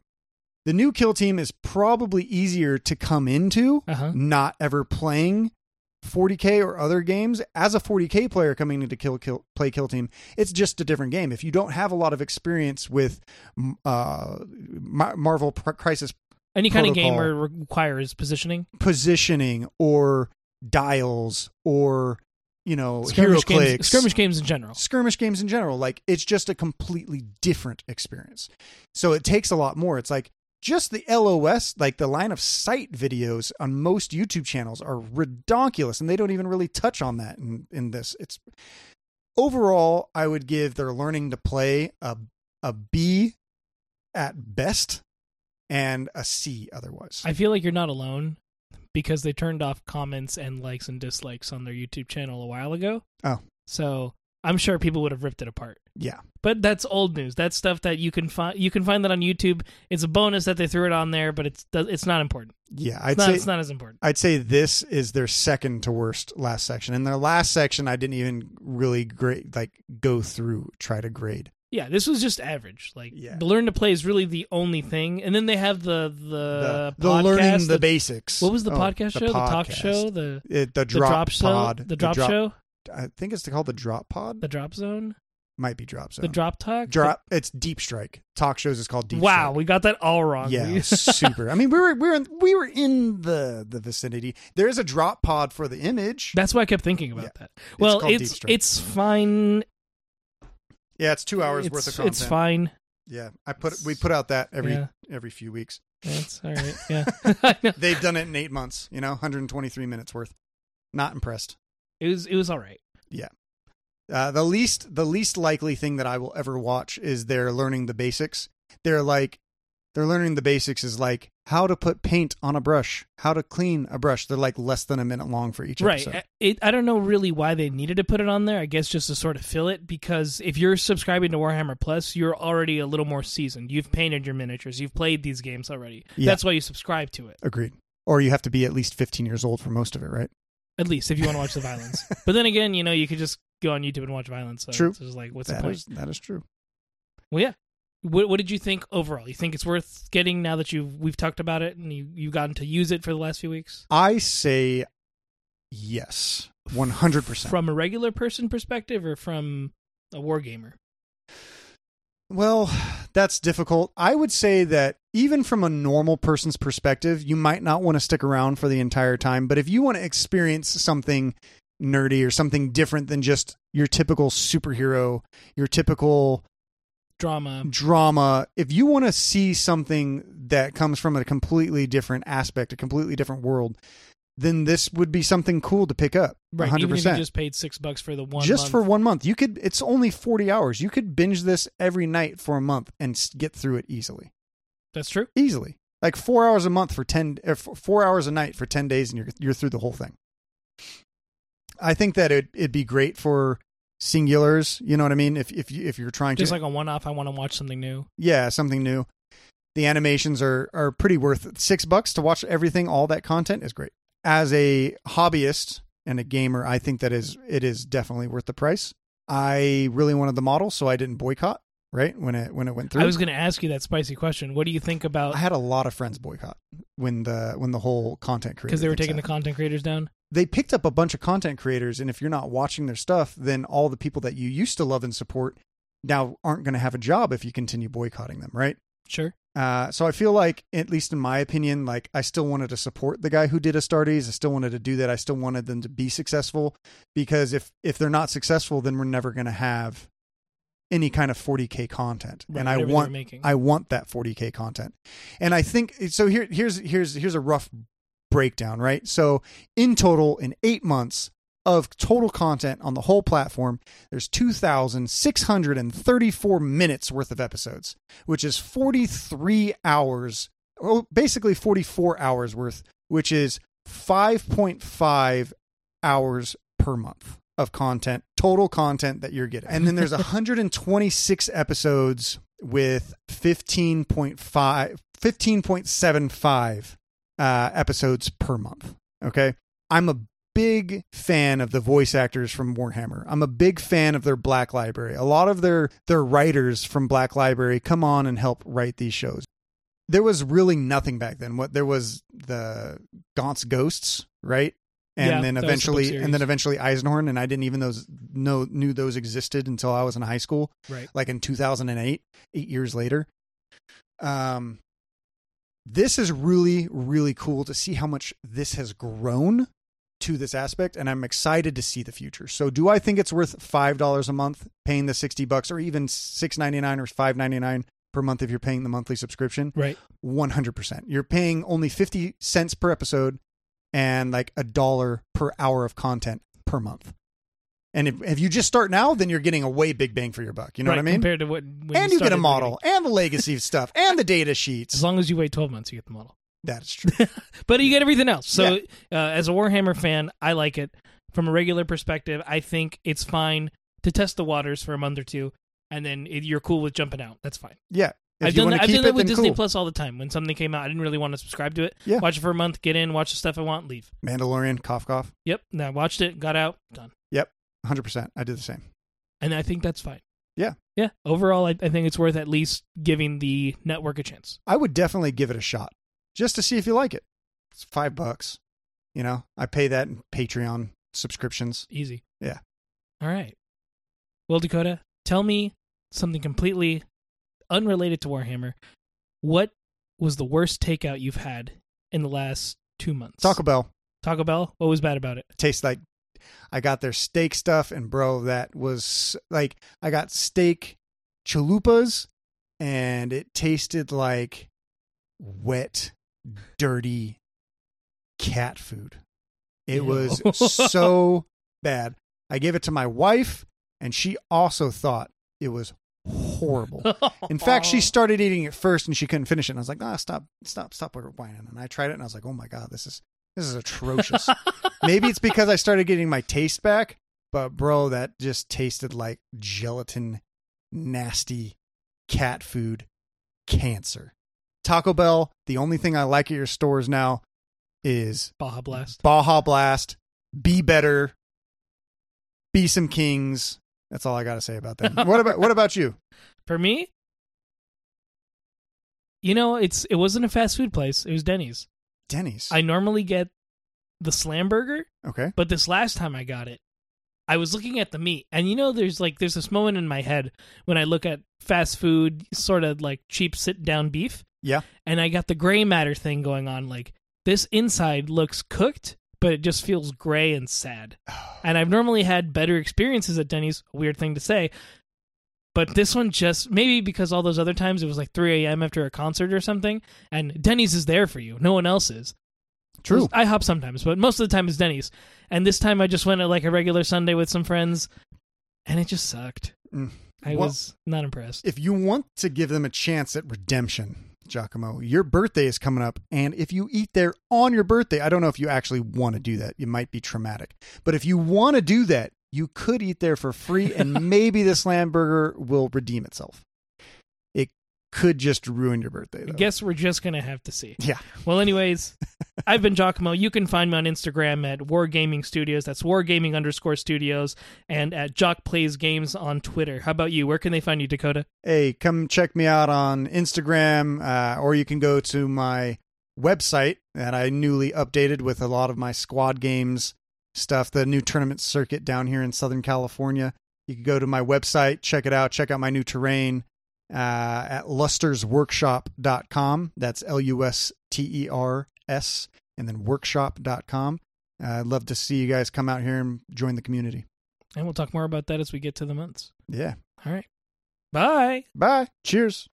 Speaker 4: The new Kill Team is probably easier to come into
Speaker 3: Uh-huh.
Speaker 4: not ever playing 40k or other games as a 40k player coming into kill, kill play kill team it's just a different game if you don't have a lot of experience with m- uh Mar- marvel Pr- crisis
Speaker 3: Any kind of game
Speaker 4: Protocol.
Speaker 3: where it requires positioning,
Speaker 4: positioning or dials or you know hero
Speaker 3: skirmish games,
Speaker 4: clicks
Speaker 3: skirmish games in general.
Speaker 4: skirmish games in general like it's just a completely different experience so it takes a lot more it's like just the los like the line of sight videos on most youtube channels are redonkulous and they don't even really touch on that in, in this it's overall i would give their learning to play a, a b at best and a c otherwise
Speaker 3: I feel like you're not alone because they turned off comments and likes and dislikes on their YouTube channel a while ago.
Speaker 4: Oh.
Speaker 3: So I'm sure people would have ripped it apart.
Speaker 4: yeah
Speaker 3: But that's old news. That's stuff that you can find you can find that on YouTube. It's a bonus that they threw it on there, but it's it's not important.
Speaker 4: yeah
Speaker 3: It's
Speaker 4: i'd
Speaker 3: not
Speaker 4: say
Speaker 3: it's not as important.
Speaker 4: I'd say this is their second to worst last section. And their last section, I didn't even really grade, like go through, try to grade.
Speaker 3: Yeah, this was just average. Like
Speaker 4: Yeah.
Speaker 3: the learn to play is really the only thing. And then they have the the,
Speaker 4: the
Speaker 3: podcast,
Speaker 4: learning the, basics.
Speaker 3: What was the
Speaker 4: Oh,
Speaker 3: podcast show? The, talk
Speaker 4: podcast.
Speaker 3: show, the
Speaker 4: It, the
Speaker 3: the
Speaker 4: drop,
Speaker 3: drop show,
Speaker 4: pod.
Speaker 3: the drop show,
Speaker 4: I think it's called the drop pod.
Speaker 3: the drop zone,
Speaker 4: Might be drop zone.
Speaker 3: the drop talk,
Speaker 4: Drop. It's deep strike. Talk shows is called deep.
Speaker 3: wow,
Speaker 4: Strike.
Speaker 3: we got that all wrong.
Speaker 4: Yeah,
Speaker 3: We-
Speaker 4: super. I mean, we were we were in, we were in the the vicinity. There is a drop pod for the image.
Speaker 3: That's why I kept thinking about
Speaker 4: Yeah.
Speaker 3: that. Well,
Speaker 4: called
Speaker 3: it's
Speaker 4: Deep Strike.
Speaker 3: it's fine.
Speaker 4: yeah, it's two hours
Speaker 3: it's,
Speaker 4: worth of content.
Speaker 3: It's fine.
Speaker 4: Yeah, I put we put out that every
Speaker 3: Yeah.
Speaker 4: every few weeks.
Speaker 3: It's all right. Yeah, I know.
Speaker 4: They've done it in eight months, you know, 123 minutes worth. Not impressed.
Speaker 3: it was it was all right.
Speaker 4: Uh, the least the least likely thing that I will ever watch is they're learning the basics. They're like they're learning the basics is like how to put paint on a brush, how to clean a brush. They're like less than a minute long for each
Speaker 3: Right. eh.
Speaker 4: episode.
Speaker 3: I- It, I don't know really why they needed to put it on there. I guess just to sort of fill it because if you're subscribing to Warhammer Plus, you're already a little more seasoned. You've painted your miniatures. You've played these games already.
Speaker 4: Yeah.
Speaker 3: That's why you subscribe to it.
Speaker 4: Agreed. Or you have to be at least 15 years old for most of it, right?
Speaker 3: At least if you want to watch the violence. But then again, you know, you could just go on YouTube and watch violence. So
Speaker 4: True.
Speaker 3: It's just like what's the
Speaker 4: That
Speaker 3: point?
Speaker 4: is that is true.
Speaker 3: Well, yeah. What, what did you think overall? You think it's worth getting now that you've we've talked about it and you you've gotten to use it for the last few weeks?
Speaker 4: I say yes. 100%.
Speaker 3: From a regular person perspective or from a wargamer?
Speaker 4: Well, that's difficult. I would say that even from a normal person's perspective, you might not want to stick around for the entire time. But if you want to experience something nerdy or something different than just your typical superhero, your typical
Speaker 3: Drama.
Speaker 4: drama, if you want to see something that comes from a completely different aspect, a completely different world, then this would be something cool to pick up.
Speaker 3: Right.
Speaker 4: 100%.
Speaker 3: Even if you just paid six bucks for the one
Speaker 4: just
Speaker 3: month.
Speaker 4: for one month. You could it's only 40 hours. You could binge this every night for a month and s- get through it easily.
Speaker 3: That's true.
Speaker 4: Easily. Like 4 hours a month for 10 or 4 hours a night for 10 days and you're you're through the whole thing. I think that it it'd be great for singulars, you know what I mean? If if you, if you're trying
Speaker 3: Just
Speaker 4: to
Speaker 3: like a one off, I want to watch something new.
Speaker 4: yeah, something new. The animations are are pretty worth it. 6 bucks to watch everything, all that content is great. As a hobbyist and a gamer, I think that is it is definitely worth the price. I really wanted the model, so I didn't boycott. right? When it when it went through.
Speaker 3: I was going to ask you that spicy question. What do you think about
Speaker 4: I had a lot of friends boycott when the when the whole content creator
Speaker 3: because they were
Speaker 4: thing
Speaker 3: taking the
Speaker 4: set.
Speaker 3: content creators down?
Speaker 4: they picked up a bunch of content creators, and if you're not watching their stuff, then all the people that you used to love and support now aren't going to have a job if you continue boycotting them, right?
Speaker 3: Sure.
Speaker 4: Uh, so I feel like, at least in my opinion, like I still wanted to support the guy who did Astartes. I still wanted to do that. I still wanted them to be successful because if if they're not successful, then we're never going to have any kind of 40k content.
Speaker 3: Right,
Speaker 4: and I
Speaker 3: whatever they're
Speaker 4: want
Speaker 3: making.
Speaker 4: I want that 40k content. And I think so. Here here's here's here's a rough breakdown, right? So in total, in eight months of total content on the whole platform, there's 2,634 minutes worth of episodes which is 43 hours, well, basically 44 hours worth, which is 5.5 hours per month of content, total content that you're getting. And then there's 126 episodes with 15.5, 15.75 uh, episodes per month. Okay. I'm a big fan of the voice actors from Warhammer. I'm a big fan of their Black Library. A lot of their their writers from Black Library come on and help write these shows. There was really nothing back then. What there was the Gaunt's Ghosts, right? And
Speaker 3: Yeah,
Speaker 4: then
Speaker 3: that was the book
Speaker 4: eventually and
Speaker 3: series.
Speaker 4: then eventually Eisenhorn and I didn't even those know knew those existed until I was in high school,
Speaker 3: Right.
Speaker 4: like in 2008, 8 years later. Um this is really really cool to see how much this has grown to this aspect and I'm excited to see the future. So do I think it's worth $5 a month paying the 60 bucks or even 6.99 or 5.99 per month if you're paying the monthly subscription?
Speaker 3: Right.
Speaker 4: 100%. You're paying only 50 cents per episode and like a dollar per hour of content per month. And if, if you just start now, then you're getting a way big bang for your buck. You know
Speaker 3: right,
Speaker 4: what I mean?
Speaker 3: Compared to what when
Speaker 4: And you, get
Speaker 3: started
Speaker 4: a model and the legacy stuff and the data
Speaker 3: beginning. As
Speaker 4: sheets.
Speaker 3: long as you wait 12 months, you get the model.
Speaker 4: That's true.
Speaker 3: But you get everything else. So, uh, as a Warhammer fan, I like it. From a regular perspective, I think it's fine to test the waters for a month or two, and then it, you're cool with jumping out. That's fine.
Speaker 4: Yeah. If
Speaker 3: I've
Speaker 4: you
Speaker 3: done
Speaker 4: want
Speaker 3: that.
Speaker 4: to
Speaker 3: I've
Speaker 4: keep
Speaker 3: done that
Speaker 4: it,
Speaker 3: with
Speaker 4: then
Speaker 3: Disney
Speaker 4: cool.
Speaker 3: Plus all the time. When something came out, I didn't really want to subscribe to it.
Speaker 4: Yeah.
Speaker 3: Watch it for a month, get in, watch the stuff I want, leave.
Speaker 4: Mandalorian, cough, cough.
Speaker 3: Yep. Now I watched it, got out, done.
Speaker 4: 100%. I did the same.
Speaker 3: And I think that's fine.
Speaker 4: Yeah.
Speaker 3: Yeah. Overall, I, I think it's worth at least giving the network a chance.
Speaker 4: I would definitely give it a shot just to see if you like it. It's five bucks. You know, I pay that in Patreon subscriptions.
Speaker 3: Easy.
Speaker 4: Yeah.
Speaker 3: All right. Well, Dakota, tell me something completely unrelated to Warhammer. What was the worst takeout you've had in the last two months?
Speaker 4: Taco Bell
Speaker 3: Taco Bell. What was bad about it?
Speaker 4: tastes like I got their steak stuff, and bro, that was like I got steak chalupas, and it tasted like wet, dirty cat food. It
Speaker 3: Ew.
Speaker 4: was so bad. I gave it to my wife, and she also thought it was horrible. In fact, she started eating it first and she couldn't finish it. And I was like, ah, stop, stop, stop whining. And I tried it and I was like, oh my God, this is this is atrocious. Maybe it's because I started getting my taste back, but bro, that just tasted like gelatin, nasty cat food cancer. Taco Bell, the only thing I like at your stores now is
Speaker 3: Baja Blast.
Speaker 4: Baja Blast, Be Better, Be Some Kings. That's all I gotta say about that. what about what about you?
Speaker 3: For me, you know, it's it wasn't a fast food place. It was Denny's.
Speaker 4: Denny's.
Speaker 3: I normally get the slam burger,
Speaker 4: okay.
Speaker 3: but this last time I got it, I was looking at the meat, and you know, there's like there's this moment in my head when I look at fast food, sort of like cheap sit down beef,
Speaker 4: Yeah.
Speaker 3: and I got the gray matter thing going on. Like this inside looks cooked, but it just feels gray and sad. And I've normally had better experiences at Denny's. Weird thing to say. But this one just maybe because all those other times it was like 3 a.m. after a concert or something, and Denny's is there for you. No one else is.
Speaker 4: True.
Speaker 3: I hop sometimes, but most of the time it's Denny's. And this time I just went at like a regular Sunday with some friends, and it just sucked.
Speaker 4: Mm.
Speaker 3: I
Speaker 4: Well-
Speaker 3: was not impressed.
Speaker 4: If you want to give them a chance at redemption, Giacomo, your birthday is coming up. And if you eat there on your birthday, I don't know if you actually want to do that. It might be traumatic. But if you want to do that, you could eat there for free and maybe this lamb burger will redeem itself. It could just ruin your birthday.
Speaker 3: I
Speaker 4: Though.
Speaker 3: guess we're just gonna have to see.
Speaker 4: Yeah.
Speaker 3: Well, anyways, I've been Giacomo. You can find me on Instagram at Wargaming Studios. That's Wargaming underscore Studios, and at Jock Plays Games on Twitter. How about you? Where can they find you, Dakota?
Speaker 4: hey, come check me out on Instagram, uh, or you can go to my website that I newly updated with a lot of my squad games stuff, the new tournament circuit down here in Southern California. You can go to my website, check it out, check out my new terrain uh, at lustersworkshop.com. That's L U S T E R S, and then workshop.com. Uh, I'd love to see you guys come out here and join the community.
Speaker 3: And we'll talk more about that as we get to the months.
Speaker 4: Yeah.
Speaker 3: All right. Bye.
Speaker 4: Bye. Cheers.